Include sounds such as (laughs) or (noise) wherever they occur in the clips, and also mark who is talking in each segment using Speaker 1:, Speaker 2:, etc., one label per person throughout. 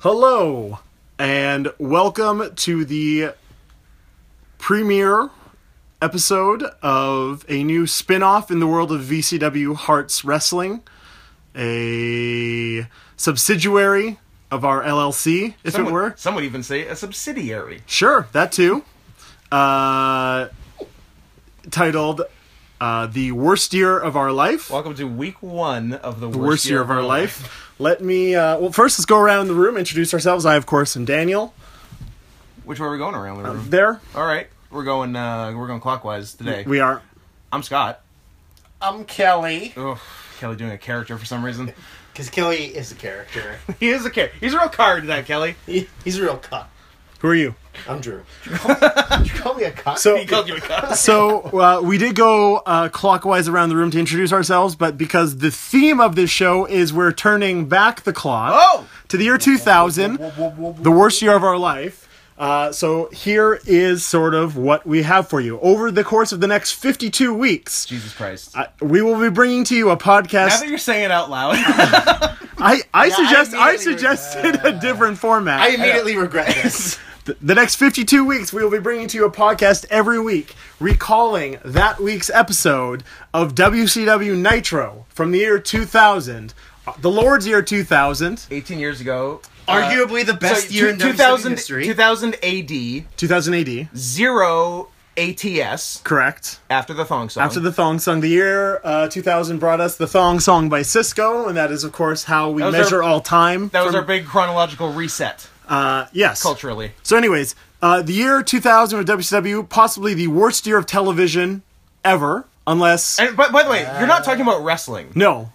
Speaker 1: Hello, and welcome to the premiere episode of a new spin off in the world of VCW Hearts Wrestling, a subsidiary of our LLC, if
Speaker 2: Some
Speaker 1: it
Speaker 2: would-
Speaker 1: were.
Speaker 2: Some would even say a subsidiary.
Speaker 1: Sure, that too. Uh, titled uh, The Worst Year of Our Life.
Speaker 2: Welcome to week one of the worst,
Speaker 1: worst year of our life. Let me, uh, well, first let's go around the room, introduce ourselves. I, of course, am Daniel.
Speaker 2: Which way are we going around the room?
Speaker 1: There
Speaker 2: All right, we're going. Uh, we're going clockwise today.
Speaker 1: we are.
Speaker 2: I'm Scott.
Speaker 3: I'm Kelly.
Speaker 2: Oh, Kelly doing a character for some
Speaker 1: (laughs)
Speaker 2: reason.
Speaker 3: Because Kelly is a character.
Speaker 2: he is a character. He's a real card to that Kelly.
Speaker 3: He- He's a real cuck.
Speaker 1: Who are you?
Speaker 3: I'm Drew. Did you call, did you call me a cuck? (laughs)
Speaker 1: So,
Speaker 2: He called you a card.
Speaker 1: so uh, we did go uh, clockwise around the room to introduce ourselves, but because the theme of this show is we're turning back the clock
Speaker 2: Oh!
Speaker 1: to the year 2000, the worst year of our life. Uh, so here is sort of what we have for you over the course of the next 52 weeks.
Speaker 2: Jesus Christ.
Speaker 1: uh, We will be bringing to you a podcast.
Speaker 2: now that you're saying it out
Speaker 1: (laughs)
Speaker 2: loud,
Speaker 1: I, I
Speaker 3: I
Speaker 1: suggest I,
Speaker 3: immediately
Speaker 1: suggested a different format.
Speaker 3: I immediately regret this. (laughs)
Speaker 1: Th- the next 52 weeks, we will be bringing to you a podcast every week recalling that week's episode of WCW Nitro from the year 2000, uh, the Lord's year 2000,
Speaker 2: 18 years ago.
Speaker 3: Arguably the best
Speaker 2: so
Speaker 3: year
Speaker 2: two-
Speaker 3: in
Speaker 2: 2000,
Speaker 3: 2000 history.
Speaker 2: 2000 AD,
Speaker 1: 2000 AD,
Speaker 2: zero ATS
Speaker 1: correct?
Speaker 2: after the thong song.
Speaker 1: After the thong song, the year uh, 2000 brought us the thong song by Cisco, and that is, of course, how we
Speaker 2: was
Speaker 1: measure
Speaker 2: our-
Speaker 1: all time.
Speaker 2: that was
Speaker 1: from-
Speaker 2: our big chronological reset
Speaker 1: uh, yes.
Speaker 2: culturally.
Speaker 1: So, anyways, uh, the year 2000 with WCW, possibly the worst year of television ever, unless.
Speaker 2: And by, by the way, you're not talking about wrestling.
Speaker 1: no,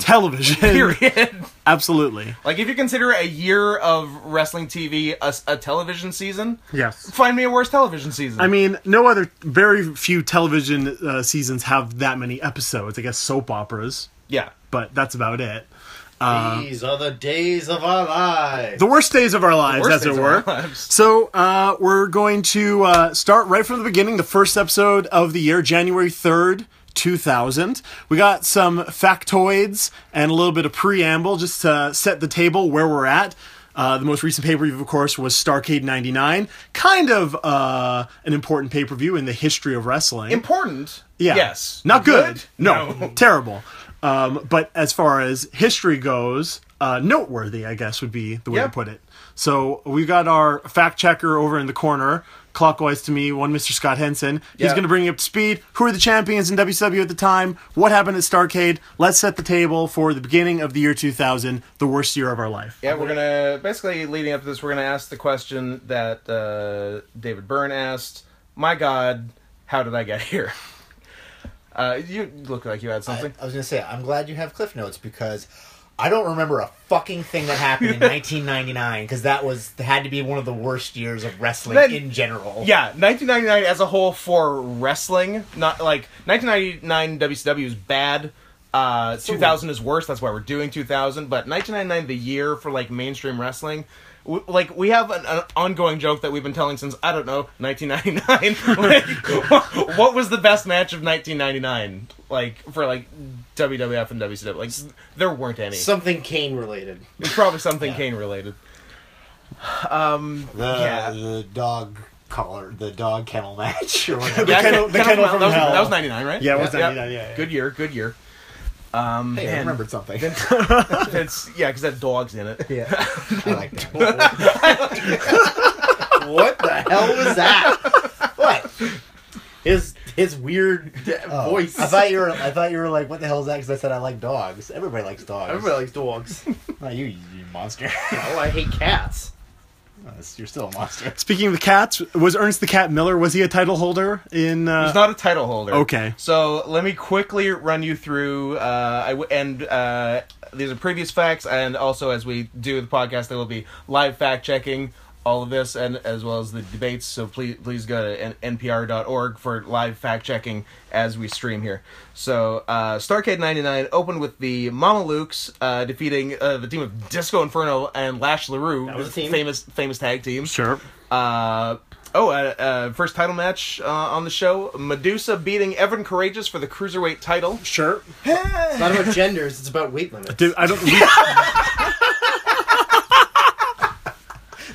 Speaker 1: (laughs) television.
Speaker 2: period. (laughs)
Speaker 1: Absolutely.
Speaker 2: like if you consider a year of wrestling TV a, s- a television season,
Speaker 1: Yes.
Speaker 2: find me a worse television season.
Speaker 1: I mean, no other, very few television uh, seasons have that many episodes. I guess soap operas,
Speaker 2: yeah.
Speaker 1: but that's about it. Uh,
Speaker 3: These are the days of our lives.
Speaker 1: The worst days of our lives,
Speaker 2: worst
Speaker 1: as it
Speaker 2: days of our
Speaker 1: were.
Speaker 2: lives.
Speaker 1: So uh, we're going to uh, start right from the beginning, the first episode of the year, January 3rd. 2000. We got some factoids and a little bit of preamble just to set the table where we're at. Uh, the most recent pay per view, of course, was Starcade 99. Kind of uh, an important pay per view in the history of wrestling.
Speaker 2: Important.
Speaker 1: Yeah.
Speaker 2: Yes.
Speaker 1: Not good. No. (laughs) Terrible. Um, but as far as history goes, uh, noteworthy, I guess, would be the way
Speaker 2: Yeah.
Speaker 1: to put it. So we got our fact checker over in the corner, clockwise to me, one Mr. Scott Henson. He's
Speaker 2: Yeah.
Speaker 1: going to bring you up to speed. Who are the champions in WCW at the time? What happened at Starcade? Let's set the table for the beginning of the year 2000, the worst year of our life.
Speaker 2: Yeah, we're gonna basically leading up to this. We're gonna ask the question that uh, David Byrne asked. My God, how did I get here? (laughs) Uh, you look like you had
Speaker 3: I, I
Speaker 2: something.
Speaker 3: was going to say, I'm glad you have Cliff Notes because I don't remember a fucking thing that
Speaker 1: (laughs)
Speaker 3: happened in 1999 because that was had to be one of the worst years of wrestling
Speaker 2: Then-
Speaker 3: in general.
Speaker 2: Yeah, 1999 as a whole for wrestling, not like 1999 WCW is bad. Uh, 2000 is worse. That's why we're doing 2000. But 1999, the year for like mainstream wrestling, w- like we have an, an ongoing joke that we've been telling since I don't know 1999. (laughs) like, what, what was the best match of 1999? Like for like WWF and WCW, like s- there weren't any.
Speaker 3: Something Kane related.
Speaker 2: it's probably something Kane related.
Speaker 3: The,
Speaker 2: Yeah.
Speaker 3: the dog collar, the dog kennel match
Speaker 1: (laughs)
Speaker 3: or whatever.
Speaker 2: Yeah,
Speaker 1: kennel- the
Speaker 2: Ken-
Speaker 1: kennel
Speaker 2: Ken-
Speaker 1: from
Speaker 2: that, was,
Speaker 1: hell.
Speaker 2: that was 99, right?
Speaker 1: Yeah, it was 99, yeah, yeah.
Speaker 2: Good year, good year.
Speaker 3: Hey, I remembered something.
Speaker 2: It's yeah, because that dog's in it.
Speaker 3: Yeah. I like that. (laughs) what the hell was that? What? His his weird voice. Oh. I thought you were I thought you were like, what the hell is that? Because I said I like dogs. Everybody likes dogs.
Speaker 4: Everybody likes dogs.
Speaker 3: Not you, you monster.
Speaker 4: oh, I hate cats.
Speaker 3: You're still a monster.
Speaker 1: Speaking of the cats, was Ernst the Cat Miller, was he a title holder in. Uh,
Speaker 2: He's not a title holder.
Speaker 1: Okay.
Speaker 2: So let me quickly run you through. Uh, I w- and uh, these are previous facts, and also as we do the podcast, there will be live fact checking all of this, and as well as the debates. So please, please go to N- npr.org for live fact checking as we stream here. So uh, Starcade '99 opened with the Mamalukes uh, defeating uh, the team of Disco Inferno and Lash LaRue,
Speaker 4: was a team.
Speaker 2: famous famous tag team.
Speaker 1: sure.
Speaker 2: Uh, oh, uh, uh, first title match uh, on the show: Medusa beating Evan Courageous for the cruiserweight title.
Speaker 1: Sure.
Speaker 4: It's not about genders, it's about weight limits.
Speaker 1: Dude, I don't.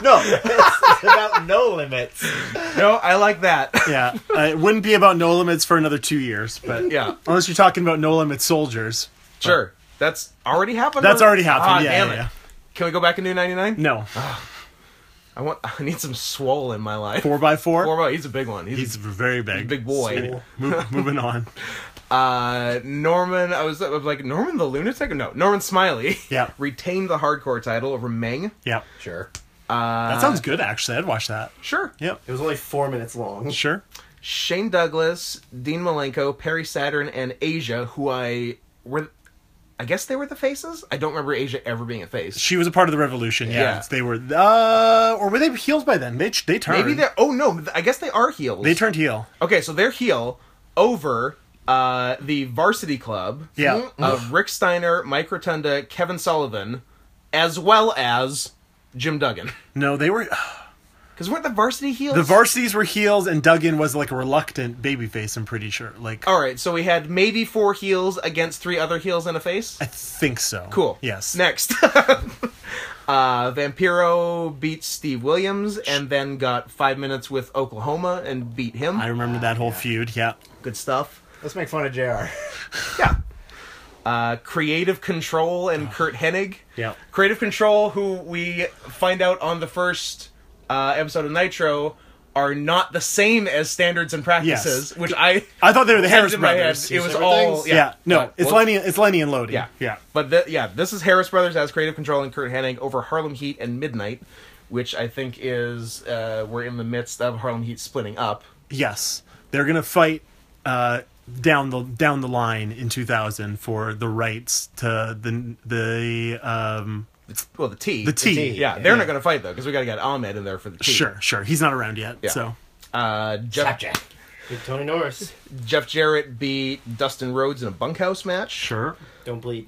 Speaker 3: No, it's about no limits.
Speaker 2: No, I like that. (laughs)
Speaker 1: Yeah, uh, it wouldn't be about no limits for another two years, but
Speaker 2: yeah,
Speaker 1: unless you're talking about no limit soldiers,
Speaker 2: sure. That's already happened.
Speaker 1: that's
Speaker 2: or-
Speaker 1: already happened.
Speaker 2: Ah,
Speaker 1: yeah,
Speaker 2: damn
Speaker 1: yeah,
Speaker 2: it.
Speaker 1: yeah.
Speaker 2: Can we go back and do 99? (sighs)
Speaker 1: No,
Speaker 2: I want. (laughs) I need some swole in my life.
Speaker 1: four by four.
Speaker 2: Four by- He's a big one. He's,
Speaker 1: He's very big.
Speaker 2: a big boy.
Speaker 1: Anyway, mo-
Speaker 2: (laughs)
Speaker 1: moving on.
Speaker 2: Uh, Norman. I was, I was like Norman the lunatic. No, Norman Smiley.
Speaker 1: Yeah.
Speaker 2: (laughs) retained the hardcore title over Meng.
Speaker 1: Yeah,
Speaker 3: Sure.
Speaker 2: Uh,
Speaker 1: that sounds good. Actually, I'd watch that.
Speaker 2: Sure.
Speaker 1: Yep.
Speaker 4: It was only four minutes long.
Speaker 1: Sure.
Speaker 2: Shane Douglas, Dean Malenko, Perry Saturn, and Asia, who I were, I guess they were the faces. I don't remember Asia ever being a face.
Speaker 1: She was a part of the revolution. Yeah,
Speaker 2: Yeah.
Speaker 1: they were. Uh, or were they healed by then? They they turned.
Speaker 2: Maybe they're. Oh no, I guess they are heels.
Speaker 1: They turned heel.
Speaker 2: Okay, so they're heel over uh, the Varsity Club.
Speaker 1: Yeah.
Speaker 2: Of Rick Steiner, Mike Rotunda, Kevin Sullivan, as well as Jim Duggan.
Speaker 1: No, they were. (sighs)
Speaker 2: Because weren't the Varsity heels?
Speaker 1: The varsities were heels, and Duggan was like a reluctant babyface. I'm pretty sure. Like,
Speaker 2: All right, so we had maybe four heels against three other heels and a face.
Speaker 1: I think so.
Speaker 2: Cool.
Speaker 1: Yes.
Speaker 2: Next. (laughs) Uh, Vampiro beat Steve Williams and then got five minutes with Oklahoma and beat him.
Speaker 1: I remember that whole feud. Yeah.
Speaker 2: Good stuff.
Speaker 3: Let's make fun of Jr.
Speaker 2: Yeah. Uh, Creative Control and Kurt Hennig.
Speaker 1: Yeah.
Speaker 2: Creative Control, who we find out on the first uh, episode of Nitro, are not the same as Standards and Practices, which I
Speaker 1: I thought they
Speaker 2: (laughs)
Speaker 1: were the Harris
Speaker 2: in my head.
Speaker 1: brothers.
Speaker 2: It was
Speaker 4: separate
Speaker 2: all
Speaker 4: things?
Speaker 1: yeah.
Speaker 2: yeah.
Speaker 1: No,
Speaker 2: But-
Speaker 1: it's
Speaker 2: well,
Speaker 1: Lenny. It's Lenny and Lodi.
Speaker 2: Yeah.
Speaker 1: Yeah.
Speaker 2: But the, yeah, this is Harris Brothers as Creative Control and Kurt Hennig over Harlem Heat and Midnight, which I think is uh, we're in the midst of Harlem Heat splitting up.
Speaker 1: Yes, they're gonna fight uh, down the down the line in 2000 for the rights to the the um,
Speaker 2: It's, well, the T.
Speaker 1: the T.
Speaker 3: T.
Speaker 2: Yeah, they're not going to fight though because we got to get Ahmed in there for the T.
Speaker 1: Sure, sure. He's not around yet.
Speaker 2: Yeah.
Speaker 1: So
Speaker 2: Uh, Jeff,
Speaker 3: Jack.
Speaker 4: With Tony Norris.
Speaker 2: Jeff Jarrett beat Dustin Rhodes in a bunkhouse match.
Speaker 1: sure.
Speaker 4: Don't bleed.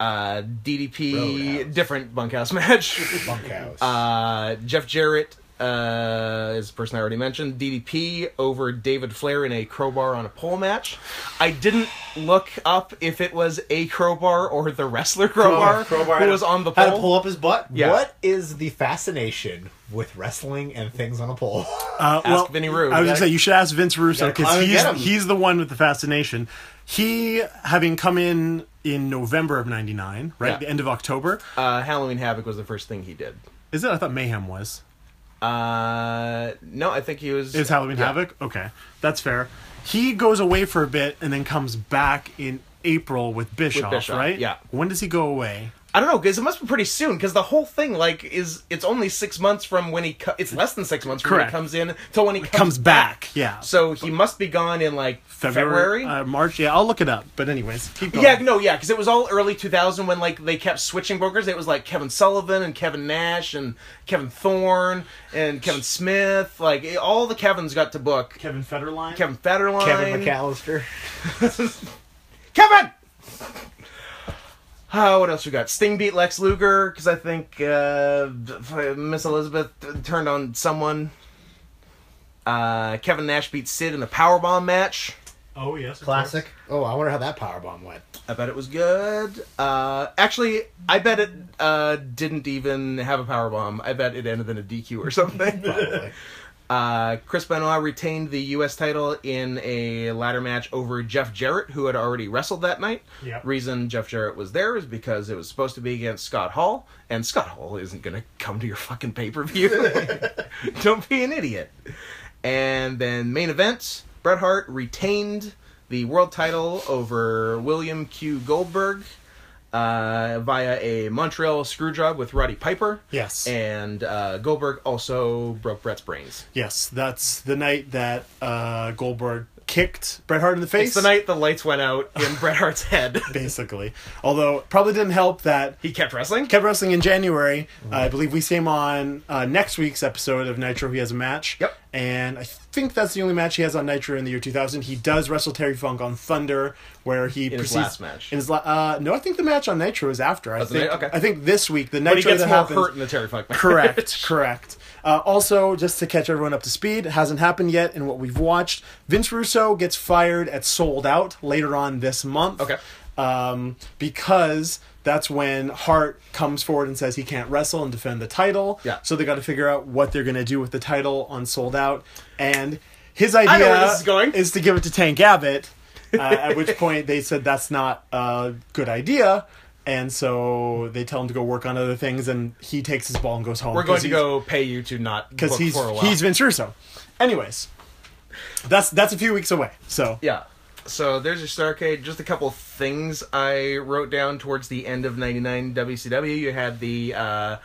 Speaker 2: Uh, DDP
Speaker 3: Roadhouse.
Speaker 2: different bunkhouse (laughs) match.
Speaker 3: Bunkhouse.
Speaker 2: uh, Jeff Jarrett uh, is the person I already mentioned. DDP over David Flair in a crowbar on a pole match. I didn't look up if it was a crowbar or the wrestler crowbar,
Speaker 4: crowbar
Speaker 2: who
Speaker 4: had a-
Speaker 2: was on the
Speaker 3: How to
Speaker 2: pole.
Speaker 3: pull up his butt?
Speaker 2: Yeah.
Speaker 3: What is the fascination with wrestling and things on a
Speaker 4: (laughs)
Speaker 3: pole?
Speaker 1: Uh,
Speaker 2: Ask
Speaker 1: well,
Speaker 2: Vinny Rude.
Speaker 1: I was gonna say you should ask Vince Russo
Speaker 3: gotta climb
Speaker 1: because
Speaker 3: and
Speaker 1: he's
Speaker 3: get him.
Speaker 1: he's the one with the fascination. He having come in in November of '99, right?
Speaker 2: Yeah.
Speaker 1: The end of October.
Speaker 2: Uh, Halloween Havoc was the first thing he did.
Speaker 1: Is it? I thought Mayhem was.
Speaker 2: Uh, no, I think he was.
Speaker 1: Is Halloween
Speaker 2: yeah.
Speaker 1: Havoc? Okay, that's fair. He goes away for a bit and then comes back in April with Bischoff,
Speaker 2: Bischoff,
Speaker 1: right?
Speaker 2: yeah.
Speaker 1: When does he go away?
Speaker 2: I don't know because it must be pretty soon because the whole thing like is it's only six months from when he co- it's less than six months from when
Speaker 1: Correct.
Speaker 2: he comes in till when he comes,
Speaker 1: Comes back, yeah.
Speaker 2: So he must be gone in like February.
Speaker 1: uh, March. Yeah, I'll look it up. But anyways, keep going.
Speaker 2: yeah, no, yeah, because it was all early 2000 when like they kept switching brokers. It was like Kevin Sullivan and Kevin Nash and Kevin Thorne and Kevin Smith. Like it- all the Kevins got to book.
Speaker 1: Kevin Federline.
Speaker 2: Kevin Federline.
Speaker 3: Kevin McAllister.
Speaker 2: Kevin! (sighs) Uh, what else we got? Sting beat Lex Luger because I think uh, Miss Elizabeth turned on someone. Uh, Kevin Nash beat Sid in a powerbomb match.
Speaker 1: Oh yes, of
Speaker 3: Classic. Oh, I wonder how that power bomb went.
Speaker 2: I bet it was good. Uh, actually, I bet it uh, didn't even have a power bomb. I bet it ended in a DQ or something.
Speaker 3: Probably.
Speaker 2: uh, Chris Benoit retained the U.S. title in a ladder match over Jeff Jarrett, who had already wrestled that night.
Speaker 1: Yeah.
Speaker 2: Reason Jeff Jarrett was there is because it was supposed to be against Scott Hall, and Scott Hall isn't going to come to your fucking pay per view. (laughs) Don't be an idiot. And then main event, Bret Hart retained the world title over William Q. Goldberg uh, via a Montreal screwjob with Roddy Piper.
Speaker 1: Yes.
Speaker 2: And uh, Goldberg also broke Bret's brains.
Speaker 1: Yes, that's the night that uh, Goldberg kicked Bret Hart in the face.
Speaker 2: It's the night the lights went out in Bret Hart's head. (laughs)
Speaker 1: basically. Although it probably didn't help that
Speaker 2: He kept wrestling.
Speaker 1: kept wrestling in January. Uh, I believe we see him on uh, next week's episode of Nitro. He has a match.
Speaker 2: Yep.
Speaker 1: And I think that's the only match he has on Nitro in the year 2000. He does wrestle Terry Funk on Thunder, where he
Speaker 2: his
Speaker 1: proceeds
Speaker 2: last match. Oh,
Speaker 1: In his la- uh, no, I think the match on Nitro is after. I
Speaker 2: the
Speaker 1: think.
Speaker 2: night- okay.
Speaker 1: I think this week the Nitro
Speaker 2: But he gets
Speaker 1: that
Speaker 2: more
Speaker 1: happens.
Speaker 2: hurt in the Terry Funk match.
Speaker 1: Correct, correct. Uh, also, just to catch everyone up to speed, it hasn't happened yet in what we've watched. Vince Russo gets fired at Sold Out later on this month.
Speaker 2: Okay.
Speaker 1: Um, because That's when Hart comes forward and says he can't wrestle and defend the title.
Speaker 2: Yeah.
Speaker 1: So they got to figure out what they're going to do with the title on Sold Out. And his
Speaker 2: know where
Speaker 1: idea
Speaker 2: this is going.
Speaker 1: to give it to Tank Abbott, uh, at
Speaker 2: (laughs)
Speaker 1: which point they said that's not a good idea. And so they tell him to go work on other things, and he takes his ball and goes home.
Speaker 2: (laughs) We're going
Speaker 1: 'cause
Speaker 2: to
Speaker 1: he's-
Speaker 2: go pay you to not
Speaker 1: because
Speaker 2: book
Speaker 1: he's
Speaker 2: for a while.
Speaker 1: he's Vince Russo. Anyways, that's that's a few weeks away. So
Speaker 2: Yeah. So there's your Starcade. Just a couple things I wrote down towards the end of 99 WCW. You had the uh,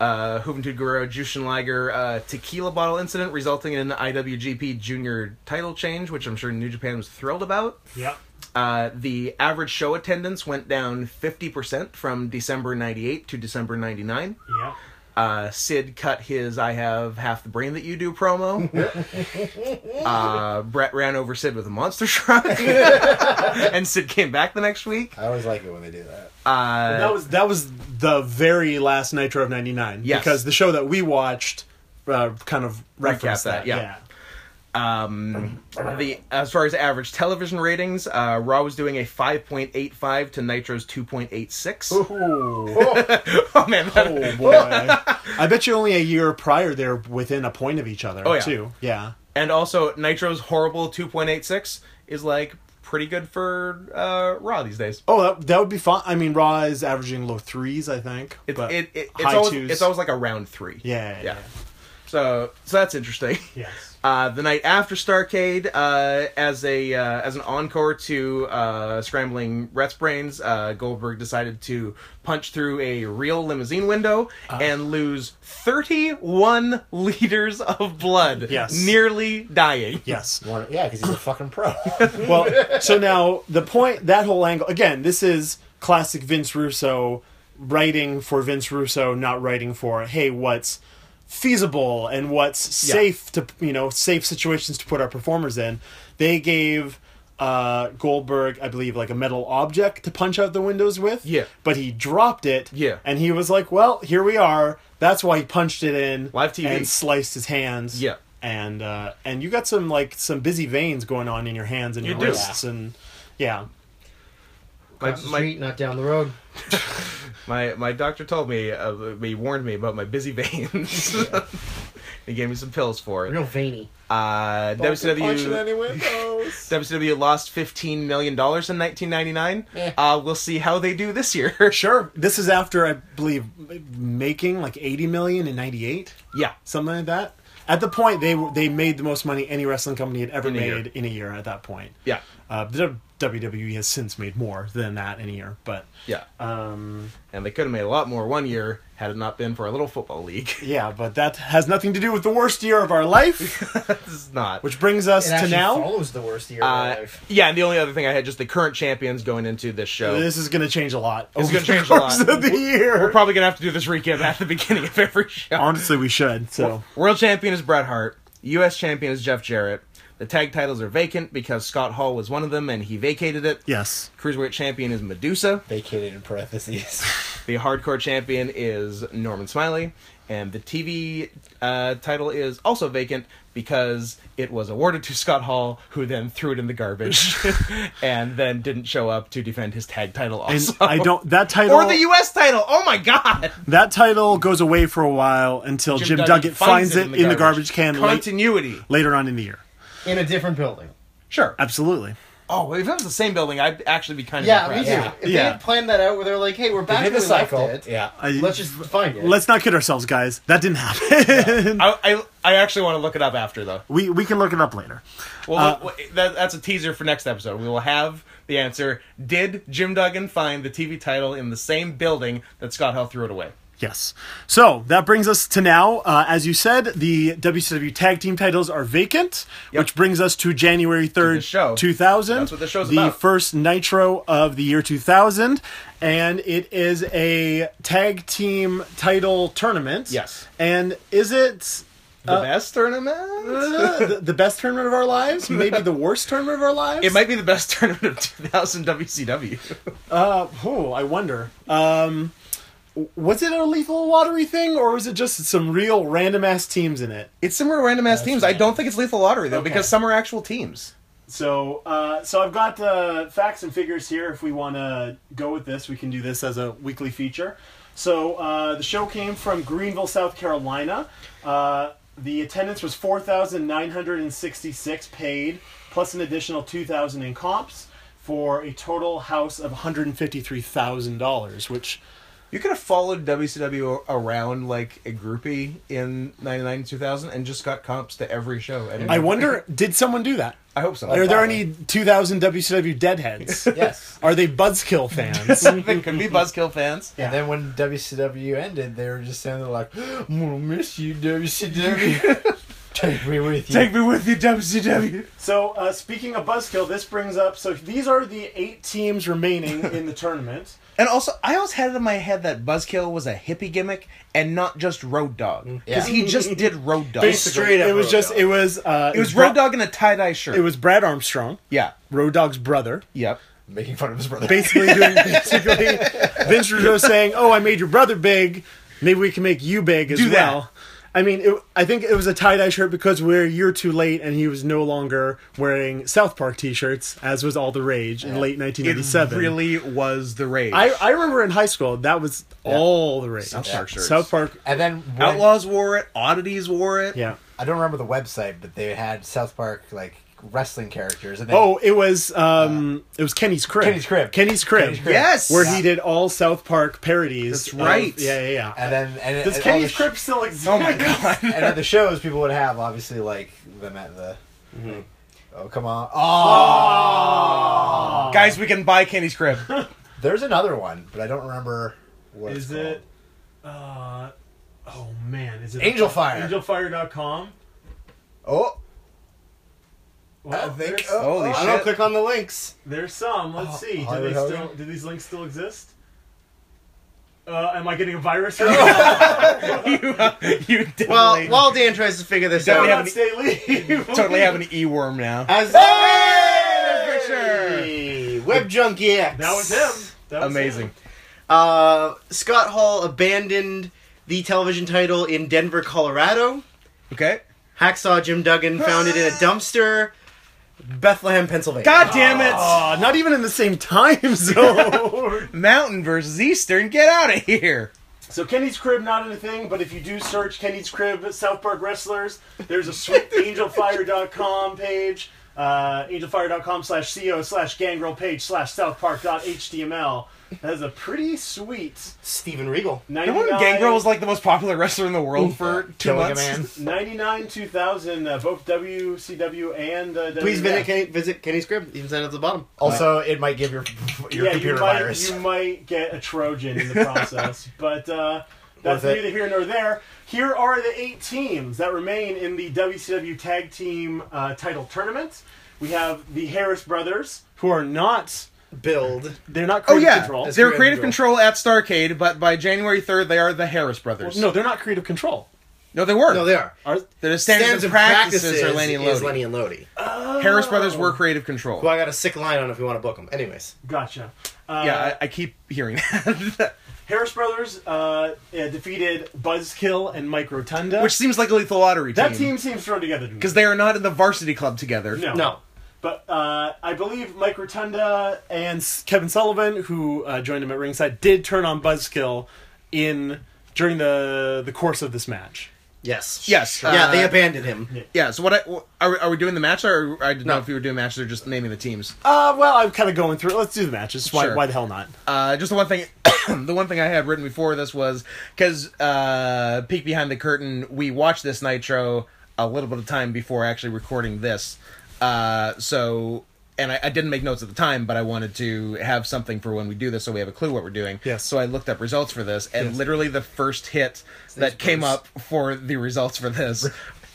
Speaker 2: uh, Juventud Guerrero Jushin Liger uh, tequila bottle incident, resulting in an IWGP Junior title change, which I'm sure New Japan was thrilled about.
Speaker 1: yeah,
Speaker 2: Uh, the average show attendance went down 50% from December 98 to December 99.
Speaker 1: yeah.
Speaker 2: Uh, Sid cut his "I have half the brain that you do" promo. uh, Brett ran over Sid with a monster (laughs) truck, and Sid came back the next week.
Speaker 3: I always like it when they do that.
Speaker 1: that
Speaker 2: Uh,
Speaker 1: was that was the very last Nitro of '99.
Speaker 2: Yes.
Speaker 1: because the show that we watched uh, kind of referenced that.
Speaker 2: that, yeah. um, the as far as average television ratings, uh, Raw was doing a 5.85 to Nitro's 2.86. (laughs) oh man,
Speaker 1: (laughs)
Speaker 2: that-
Speaker 1: Oh
Speaker 2: (laughs)
Speaker 1: boy! I bet you only a year prior they're within a point of each other.
Speaker 2: Oh, yeah.
Speaker 1: too. Yeah.
Speaker 2: and also Nitro's horrible 2.86 is like pretty good for uh, Raw these days.
Speaker 1: Oh, that, that would be fun. I mean, Raw is averaging low threes, I think.
Speaker 2: It,
Speaker 1: but
Speaker 2: it, it, it's
Speaker 1: high
Speaker 2: always
Speaker 1: twos.
Speaker 2: it's always like a round three.
Speaker 1: yeah, yeah,
Speaker 2: yeah. So so that's interesting. (laughs)
Speaker 1: yeah. Yes.
Speaker 2: Uh, the night after Starcade, uh, as a uh, as an encore to uh, scrambling Rhett's brains, uh, Goldberg decided to punch through a real limousine window and lose thirty one (laughs) liters of blood.
Speaker 1: Yes.
Speaker 2: nearly dying.
Speaker 1: Yes.
Speaker 3: You wanna- yeah, because he's a fucking
Speaker 4: (laughs)
Speaker 3: pro.
Speaker 1: well, so now the point that whole angle again. This is classic Vince Russo writing for Vince Russo, not writing for hey, what's feasible and what's
Speaker 2: Yeah.
Speaker 1: safe to you know safe situations to put our performers in. They gave uh, Goldberg, I believe, like a metal object to punch out the windows with.
Speaker 2: Yeah.
Speaker 1: but he dropped it.
Speaker 2: Yeah.
Speaker 1: and he was like, "Well, here we are." That's why he punched it in
Speaker 2: Live TV.
Speaker 1: and sliced his hands.
Speaker 2: Yeah.
Speaker 1: And uh, and you got some like some busy veins going on in your hands and
Speaker 2: You
Speaker 1: your
Speaker 2: do.
Speaker 1: wrists and yeah.
Speaker 2: My,
Speaker 4: Across the
Speaker 2: my,
Speaker 4: street, not down the road.
Speaker 2: my my doctor told me, uh, he warned me about my busy (laughs) veins. (laughs) he gave me some pills for it.
Speaker 4: Real veiny.
Speaker 2: Uh,
Speaker 3: Punching
Speaker 2: WCW.
Speaker 3: any windows.
Speaker 2: WCW E lost fifteen million dollars in 1999.
Speaker 3: Eh.
Speaker 2: Uh, we'll see how they do this year. (laughs)
Speaker 1: Sure. This is after I believe m- making like 80 million in 98,
Speaker 2: yeah,
Speaker 1: something like that. At the point they were- they made the most money any wrestling company had ever
Speaker 2: In a year.
Speaker 1: made in a year at that point.
Speaker 2: yeah,
Speaker 1: Uh, the WWE has since made more than that in a year, but
Speaker 2: yeah.
Speaker 1: um,
Speaker 2: And they could have made a lot more one year had it not been for a little football league. (laughs)
Speaker 1: yeah, but that has nothing to do with the worst year of our
Speaker 2: (laughs)
Speaker 1: life,
Speaker 2: this is not.
Speaker 1: which brings us
Speaker 4: It
Speaker 1: to
Speaker 4: actually
Speaker 1: now.
Speaker 4: follows the worst year of
Speaker 2: uh,
Speaker 4: my life.
Speaker 2: yeah, and the only other thing I had just the current champions going into this show.
Speaker 1: This is going to change a lot.
Speaker 2: It's
Speaker 1: over
Speaker 2: gonna
Speaker 1: the
Speaker 2: change a lot.
Speaker 1: course Of the
Speaker 2: We're
Speaker 1: year.
Speaker 2: probably gonna have to do this recap at the (laughs) beginning of every show.
Speaker 1: Honestly, we should. So
Speaker 2: World champion is Bret Hart. U.S. champion is Jeff Jarrett. The tag titles are vacant because Scott Hall was one of them and he vacated it.
Speaker 1: yes,
Speaker 2: Cruiserweight champion is Medusa.
Speaker 3: Vacated in parentheses.
Speaker 2: The hardcore champion is Norman Smiley, and the TV uh, title is also vacant because it was awarded to Scott Hall, who then threw it in
Speaker 1: (laughs)
Speaker 2: the garbage and then didn't show up to defend his tag title (laughs)
Speaker 1: and (laughs)
Speaker 2: also.
Speaker 1: I don't that title
Speaker 2: or the U.S. title. Oh my God!
Speaker 1: that title goes away for a while until Jim, Duggett, finds, it in the, garbage, can (laughs) late,
Speaker 2: Continuity.
Speaker 1: later on in the year.
Speaker 4: In a different building.
Speaker 2: Sure.
Speaker 1: Absolutely.
Speaker 2: Oh, if it was the same building, I'd actually be kind of
Speaker 4: Yeah, me
Speaker 2: impressed.
Speaker 4: too.
Speaker 3: Yeah.
Speaker 4: If they
Speaker 1: Yeah.
Speaker 4: had planned that out where they're like, hey, we're back
Speaker 3: Did
Speaker 4: in
Speaker 3: the cycle.
Speaker 4: Left it,
Speaker 3: Yeah.
Speaker 1: I-
Speaker 4: Let's just find it.
Speaker 1: let's not kid ourselves, guys. That didn't happen. (laughs)
Speaker 2: I, I, I actually want to look it up after though.
Speaker 1: we we can look it up later.
Speaker 2: Well, w- w- that, that's a teaser for next episode. We will have the answer. Did Jim Duggan find the TV title in the same building that Scott Hall threw it away?
Speaker 1: Yes. So that brings us to now. Uh, as you said, the WCW tag team titles are vacant, which brings us to January 3rd,
Speaker 2: show.
Speaker 1: 2000.
Speaker 2: That's what the show's
Speaker 1: The
Speaker 2: about.
Speaker 1: first Nitro of the year 2000. And it is a tag team title tournament.
Speaker 2: Yes.
Speaker 1: And is it.
Speaker 2: The best tournament?
Speaker 1: uh, the, the best tournament of our lives, maybe the worst tournament of our lives.
Speaker 2: It might be the best (laughs) tournament of 2000 WCW.
Speaker 1: Uh, oh, I wonder. Um, w- was it a lethal lottery thing, or was it just some real random ass teams in it?
Speaker 2: It's some random ass teams. I don't think it's Lethal Lottery though,
Speaker 1: Okay.
Speaker 2: because some are actual teams.
Speaker 1: So, uh, so I've got uh, facts and figures here. If we want to go with this, we can do this as a weekly feature. So, uh, the show came from Greenville, South Carolina. Uh, the attendance was four thousand nine hundred and sixty-six paid, plus an additional two thousand in comps, for a total house of one hundred and fifty-three thousand dollars, which.
Speaker 2: You could have followed WCW around like a groupie in 99 2000 and just got comps to every show. And
Speaker 1: I wonder, did someone do that?
Speaker 2: I hope so.
Speaker 1: Are there any 2000 WCW deadheads? (laughs)
Speaker 4: Yes.
Speaker 1: Are they Buzzkill fans?
Speaker 2: They could be Buzzkill fans.
Speaker 4: And then when WCW ended, they were just saying they're like, "I'm gonna miss you,
Speaker 3: (laughs)
Speaker 4: WCW. Take me with you."
Speaker 2: me with you, WCW.
Speaker 1: so, uh, speaking of Buzzkill, this brings up so these are the eight teams
Speaker 2: (laughs)
Speaker 1: remaining in the tournament.
Speaker 2: And also, I always had it in my head that Buzzkill was a hippie gimmick and not just Road Dog. Because
Speaker 4: Yeah.
Speaker 2: he just did Road Dog.
Speaker 3: Straight up
Speaker 1: it was
Speaker 3: Road
Speaker 1: just
Speaker 3: Dog.
Speaker 1: it was uh,
Speaker 2: It was
Speaker 1: Bra-
Speaker 2: Road Dog in a tie dye shirt.
Speaker 1: It was Brad Armstrong,
Speaker 2: yeah.
Speaker 1: Road Dogg's brother,
Speaker 2: Yep.
Speaker 4: Making fun of his
Speaker 2: (laughs)
Speaker 4: brother.
Speaker 1: basically doing basically Vince Russo saying, "Oh, I made your brother big. Maybe we can make you big as
Speaker 2: Do that.
Speaker 1: well." I mean, it, I think it was a tie dye shirt because we're a year too late, and he was no longer wearing South Park T-shirts, as was all the rage in late
Speaker 2: It
Speaker 1: 1987.
Speaker 2: really was the rage.
Speaker 1: I, I remember in high school that was all the rage.
Speaker 2: South Park shirts.
Speaker 1: South Park.
Speaker 4: And then when-
Speaker 2: Outlaws wore it. Oddities wore it.
Speaker 1: Yeah.
Speaker 4: I don't remember the website, but they had South Park like wrestling characters. And then,
Speaker 1: Oh, it was um, it was Kenny's crib.
Speaker 4: Kenny's Crib.
Speaker 1: Kenny's crib.
Speaker 4: Kenny's Crib.
Speaker 2: Yes.
Speaker 1: Where
Speaker 4: Yeah.
Speaker 1: he did all South Park parodies.
Speaker 2: That's
Speaker 1: of-
Speaker 2: right.
Speaker 1: yeah, yeah, yeah.
Speaker 4: and then and,
Speaker 1: Does
Speaker 4: and all the
Speaker 1: Kenny's
Speaker 4: sh-
Speaker 1: crib still exist? (laughs)
Speaker 2: Oh my god.
Speaker 4: and at the shows, people would have obviously like them at the.
Speaker 1: Mm-hmm.
Speaker 4: Oh come on! oh,
Speaker 2: Guys, we can buy Kenny's crib. (laughs)
Speaker 4: there's another one, but I don't remember what
Speaker 1: Is
Speaker 4: it's
Speaker 1: it? Uh,
Speaker 4: called.
Speaker 1: oh man, is it
Speaker 4: Angel Fire.
Speaker 1: Angelfire.com.
Speaker 4: Oh,
Speaker 1: Well,
Speaker 4: I think.
Speaker 1: there's,
Speaker 4: Oh,
Speaker 2: Holy
Speaker 4: oh,
Speaker 2: shit.
Speaker 4: I don't click on the links.
Speaker 1: there's some. Let's
Speaker 2: Uh,
Speaker 1: see. Do they
Speaker 4: Hollywood
Speaker 1: still?
Speaker 4: Hogan?
Speaker 1: Do these links still exist? Uh, am I getting a
Speaker 2: (laughs)
Speaker 1: virus? Or no,
Speaker 2: you, you definitely,
Speaker 3: Well, while Dan tries to figure this
Speaker 2: Don't
Speaker 1: I'm
Speaker 3: out,
Speaker 2: have
Speaker 1: not
Speaker 2: any-
Speaker 1: stay leave.
Speaker 2: totally have an e worm now.
Speaker 3: as
Speaker 2: Hey,
Speaker 3: Web Junkie X.
Speaker 1: That was him. That was
Speaker 2: Amazing.
Speaker 1: him.
Speaker 3: Uh, Scott Hall abandoned the television title in Denver, Colorado.
Speaker 2: Okay.
Speaker 3: Hacksaw Jim Duggan found it in a dumpster. Bethlehem, Pennsylvania.
Speaker 2: God damn it!
Speaker 1: Aw, Uh, not even in the same time (laughs) zone.
Speaker 2: Mountain versus Eastern. Get out of here.
Speaker 1: (laughs) so Kenny's crib, not anything. But if you do search Kenny's crib, South Park wrestlers, there's a (laughs) sweet angelfire.com page, uh, angelfire.com slash co slash gangrel page slash southpark.html. That is a pretty sweet
Speaker 3: Steven Regal.
Speaker 2: Remember
Speaker 1: 99,
Speaker 2: when Gangrel was like the most popular wrestler in the world for two
Speaker 4: Killing a
Speaker 2: months? (laughs)
Speaker 4: (laughs) man.
Speaker 1: 99 2000, uh, both WCW and uh,
Speaker 3: Please
Speaker 1: WWF.
Speaker 3: visit, Kenny, visit Kenny's crib. Even sign at the bottom.
Speaker 4: Also, it might give your your
Speaker 1: yeah,
Speaker 4: computer
Speaker 1: you might,
Speaker 4: virus.
Speaker 1: You might get a Trojan
Speaker 2: (laughs)
Speaker 1: in the process, but uh, that's
Speaker 4: Worth it.
Speaker 1: neither here nor there. Here are the eight teams that remain in the WCW Tag Team uh, title tournament. We have the Harris brothers, who are not.
Speaker 3: Build.
Speaker 1: They're not
Speaker 2: Oh
Speaker 1: creative
Speaker 2: yeah,
Speaker 1: control.
Speaker 2: they were creative control at Starcade, but by January third, they are the Harris brothers.
Speaker 1: No, they're not creative control.
Speaker 2: no, they were.
Speaker 3: No, they are.
Speaker 1: Are,
Speaker 2: They're the standards, and practices, are Lenny and
Speaker 3: is
Speaker 2: Lodi.
Speaker 3: Lenny and Lodi.
Speaker 2: Harris
Speaker 1: Oh.
Speaker 2: brothers were creative control.
Speaker 3: Who I got a sick line on if we want to book them. Anyways.
Speaker 1: gotcha. Uh,
Speaker 2: yeah, I, I keep hearing that, (laughs)
Speaker 1: Harris brothers uh, uh, defeated Buzzkill and Mike Rotunda.
Speaker 2: which seems like a lethal lottery
Speaker 1: that
Speaker 2: team
Speaker 1: team seems thrown together to me.
Speaker 2: because they are not in the varsity club together.
Speaker 1: No.
Speaker 3: No.
Speaker 1: But uh, I believe Mike Rotunda and S- Kevin Sullivan, who uh, joined him at ringside, did turn on Buzzkill in during the the course of this match.
Speaker 3: Yes.
Speaker 2: Yes,
Speaker 3: yeah,
Speaker 2: uh,
Speaker 3: they abandoned him.
Speaker 2: Yeah. So what I, wh- are, we- are we doing the match? Or I didn't know
Speaker 3: No.
Speaker 2: if you were doing matches or just naming the teams.
Speaker 1: Uh, well, I'm kind of going through. it. Let's do the matches. Why?
Speaker 2: Sure.
Speaker 1: Why the hell not?
Speaker 2: Uh, just the one thing, (coughs) the one thing I had written before this was because uh, peek behind the curtain, we watched this Nitro a little bit of time before actually recording this. Uh, so, and I, I didn't make notes at the time, but I wanted to have something for when we do this, so we have a clue what we're doing.
Speaker 1: Yes.
Speaker 2: So I looked up results for this, and literally the first hit that came up for the results
Speaker 1: (laughs)
Speaker 2: for this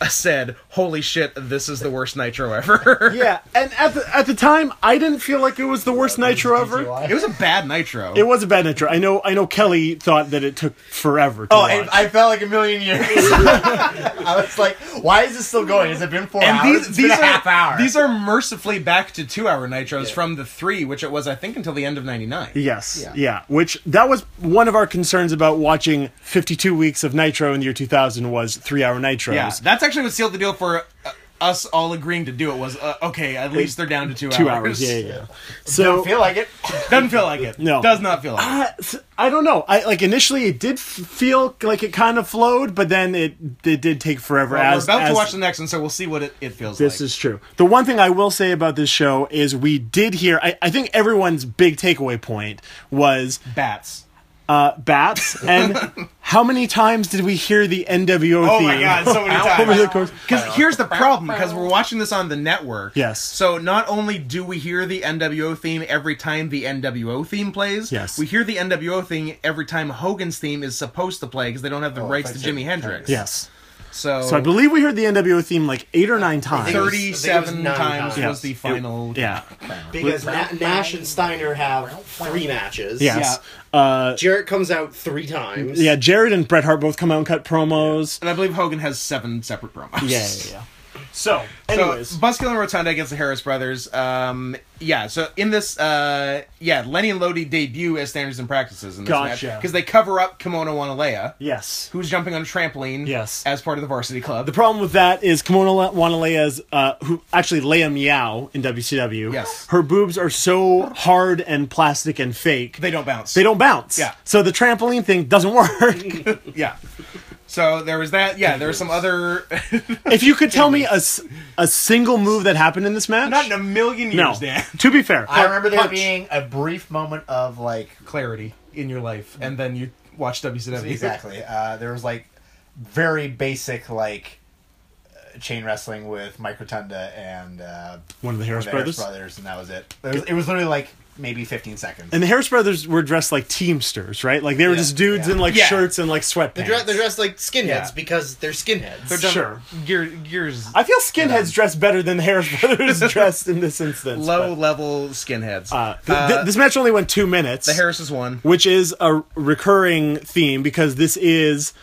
Speaker 2: said, "Holy shit, this is the worst
Speaker 1: (laughs)
Speaker 2: Nitro ever."
Speaker 1: yeah, and at the at the time, I didn't feel like it was the worst Nitro ever.
Speaker 2: It was a bad Nitro.
Speaker 1: It was a bad Nitro. I know. I know. Kelly thought that it took forever. To
Speaker 4: Oh,
Speaker 1: watch.
Speaker 4: and I felt like a million years. I was like, "Why is this still going? Has it been four
Speaker 2: and
Speaker 4: hours?
Speaker 2: these,
Speaker 4: It's
Speaker 2: these
Speaker 4: been
Speaker 2: are
Speaker 4: a half hour."
Speaker 2: these are mercifully back to two hour nitros from the three, which it was I think until the end of '99.
Speaker 1: Yes. Yeah. Which that was one of our concerns about watching 52 weeks of Nitro in the year 2000 was three hour Nitros.
Speaker 2: Yeah, that's actually what sealed the deal for uh, us all agreeing to do it was uh, okay. At least they're down to two,
Speaker 1: Two
Speaker 2: hours.
Speaker 1: hours. Yeah, yeah. yeah. So
Speaker 4: Feel like it?
Speaker 2: Doesn't feel like it.
Speaker 1: No.
Speaker 2: Does not feel like it.
Speaker 1: Uh, I don't know. I like initially it did f- feel like it kind of flowed, but then it it did take forever.
Speaker 2: Well,
Speaker 1: as-
Speaker 2: we're about
Speaker 1: as-
Speaker 2: to watch the next one, so we'll see what it, it feels
Speaker 1: This
Speaker 2: like.
Speaker 1: is true. The one thing I will say about this show is we did hear. I, I think everyone's big takeaway point was
Speaker 2: Bats.
Speaker 1: uh,
Speaker 2: (laughs)
Speaker 1: bats, and how many times did we hear the NWO
Speaker 2: Oh
Speaker 1: theme?
Speaker 2: my god, so many
Speaker 1: Over the
Speaker 2: times.
Speaker 1: course-
Speaker 2: Because here's the problem, because we're watching this on the network.
Speaker 1: Yes.
Speaker 2: So not only do we hear the NWO theme every time the NWO theme plays,
Speaker 1: Yes.
Speaker 2: we hear the NWO theme every time Hogan's theme is supposed to play because they don't have
Speaker 3: Oh,
Speaker 2: the rights to
Speaker 4: thanks,
Speaker 2: Jimi
Speaker 4: sir.
Speaker 2: Hendrix.
Speaker 1: Yes.
Speaker 2: So,
Speaker 1: So I believe we heard the NWO theme like eight or nine times.
Speaker 3: think it was- I
Speaker 2: 37
Speaker 3: think it was nine
Speaker 2: times
Speaker 3: times.
Speaker 2: was the final.
Speaker 1: Yeah.
Speaker 3: Because Na- Nash and Steiner have three matches.
Speaker 1: Yes. Uh,
Speaker 3: Jarrett comes out three times.
Speaker 1: yeah. Jared and Bret Hart both come out and cut promos.
Speaker 2: And I believe Hogan has seven separate promos.
Speaker 1: Yeah. Yeah.
Speaker 2: (laughs)
Speaker 1: yeah. So, anyways,
Speaker 2: So, Buskill and Rotunda against the Harris Brothers. Um, yeah, so in this, uh, yeah, Lenny and Lodi debut as standards and practices in this
Speaker 1: Gotcha.
Speaker 2: Because they cover up Kimono Wanalea,
Speaker 1: yes.
Speaker 2: who's jumping on a trampoline
Speaker 1: Yes.
Speaker 2: as part of the varsity club.
Speaker 1: The problem with that is Kimona Wanalea's, uh, who actually Leia Meow in WCW.
Speaker 2: Yes.
Speaker 1: Her boobs are so hard and plastic and fake.
Speaker 2: they don't bounce.
Speaker 1: They don't bounce.
Speaker 2: Yeah.
Speaker 1: So the trampoline thing doesn't work.
Speaker 2: Yeah. So there was that. Yeah, there was some other. (laughs)
Speaker 1: if you could tell me a, s- a single move that happened in this match.
Speaker 2: Not in a million
Speaker 1: no.
Speaker 2: years, Dan.
Speaker 1: To be fair.
Speaker 4: I remember there
Speaker 3: punch.
Speaker 4: being a brief moment of
Speaker 3: (laughs)
Speaker 4: like
Speaker 2: Clarity in your life. And then you watch WCW. (laughs)
Speaker 4: exactly. Uh, there was like very basic like uh, chain wrestling with Mike Rotunda and uh,
Speaker 1: One of the Harris
Speaker 4: the
Speaker 1: brothers.
Speaker 4: brothers, and that was it. It was, it was literally like maybe 15 seconds.
Speaker 1: and the Harris brothers were dressed like teamsters, right? Like they were
Speaker 4: Yeah,
Speaker 1: just dudes
Speaker 4: yeah.
Speaker 1: in like
Speaker 2: Yeah.
Speaker 1: shirts and like sweatpants.
Speaker 3: They're, dre- they're dressed like skinheads
Speaker 2: Yeah.
Speaker 3: because
Speaker 4: (laughs)
Speaker 3: they're skinheads.
Speaker 2: They're done-
Speaker 1: Sure.
Speaker 2: Gear, gears.
Speaker 1: I feel skinheads dressed better than the Harris brothers dressed in this instance.
Speaker 2: Low level skinheads.
Speaker 1: but, uh, th- th- this match only went two minutes.
Speaker 2: the Harris is one.
Speaker 1: which is a recurring theme because this is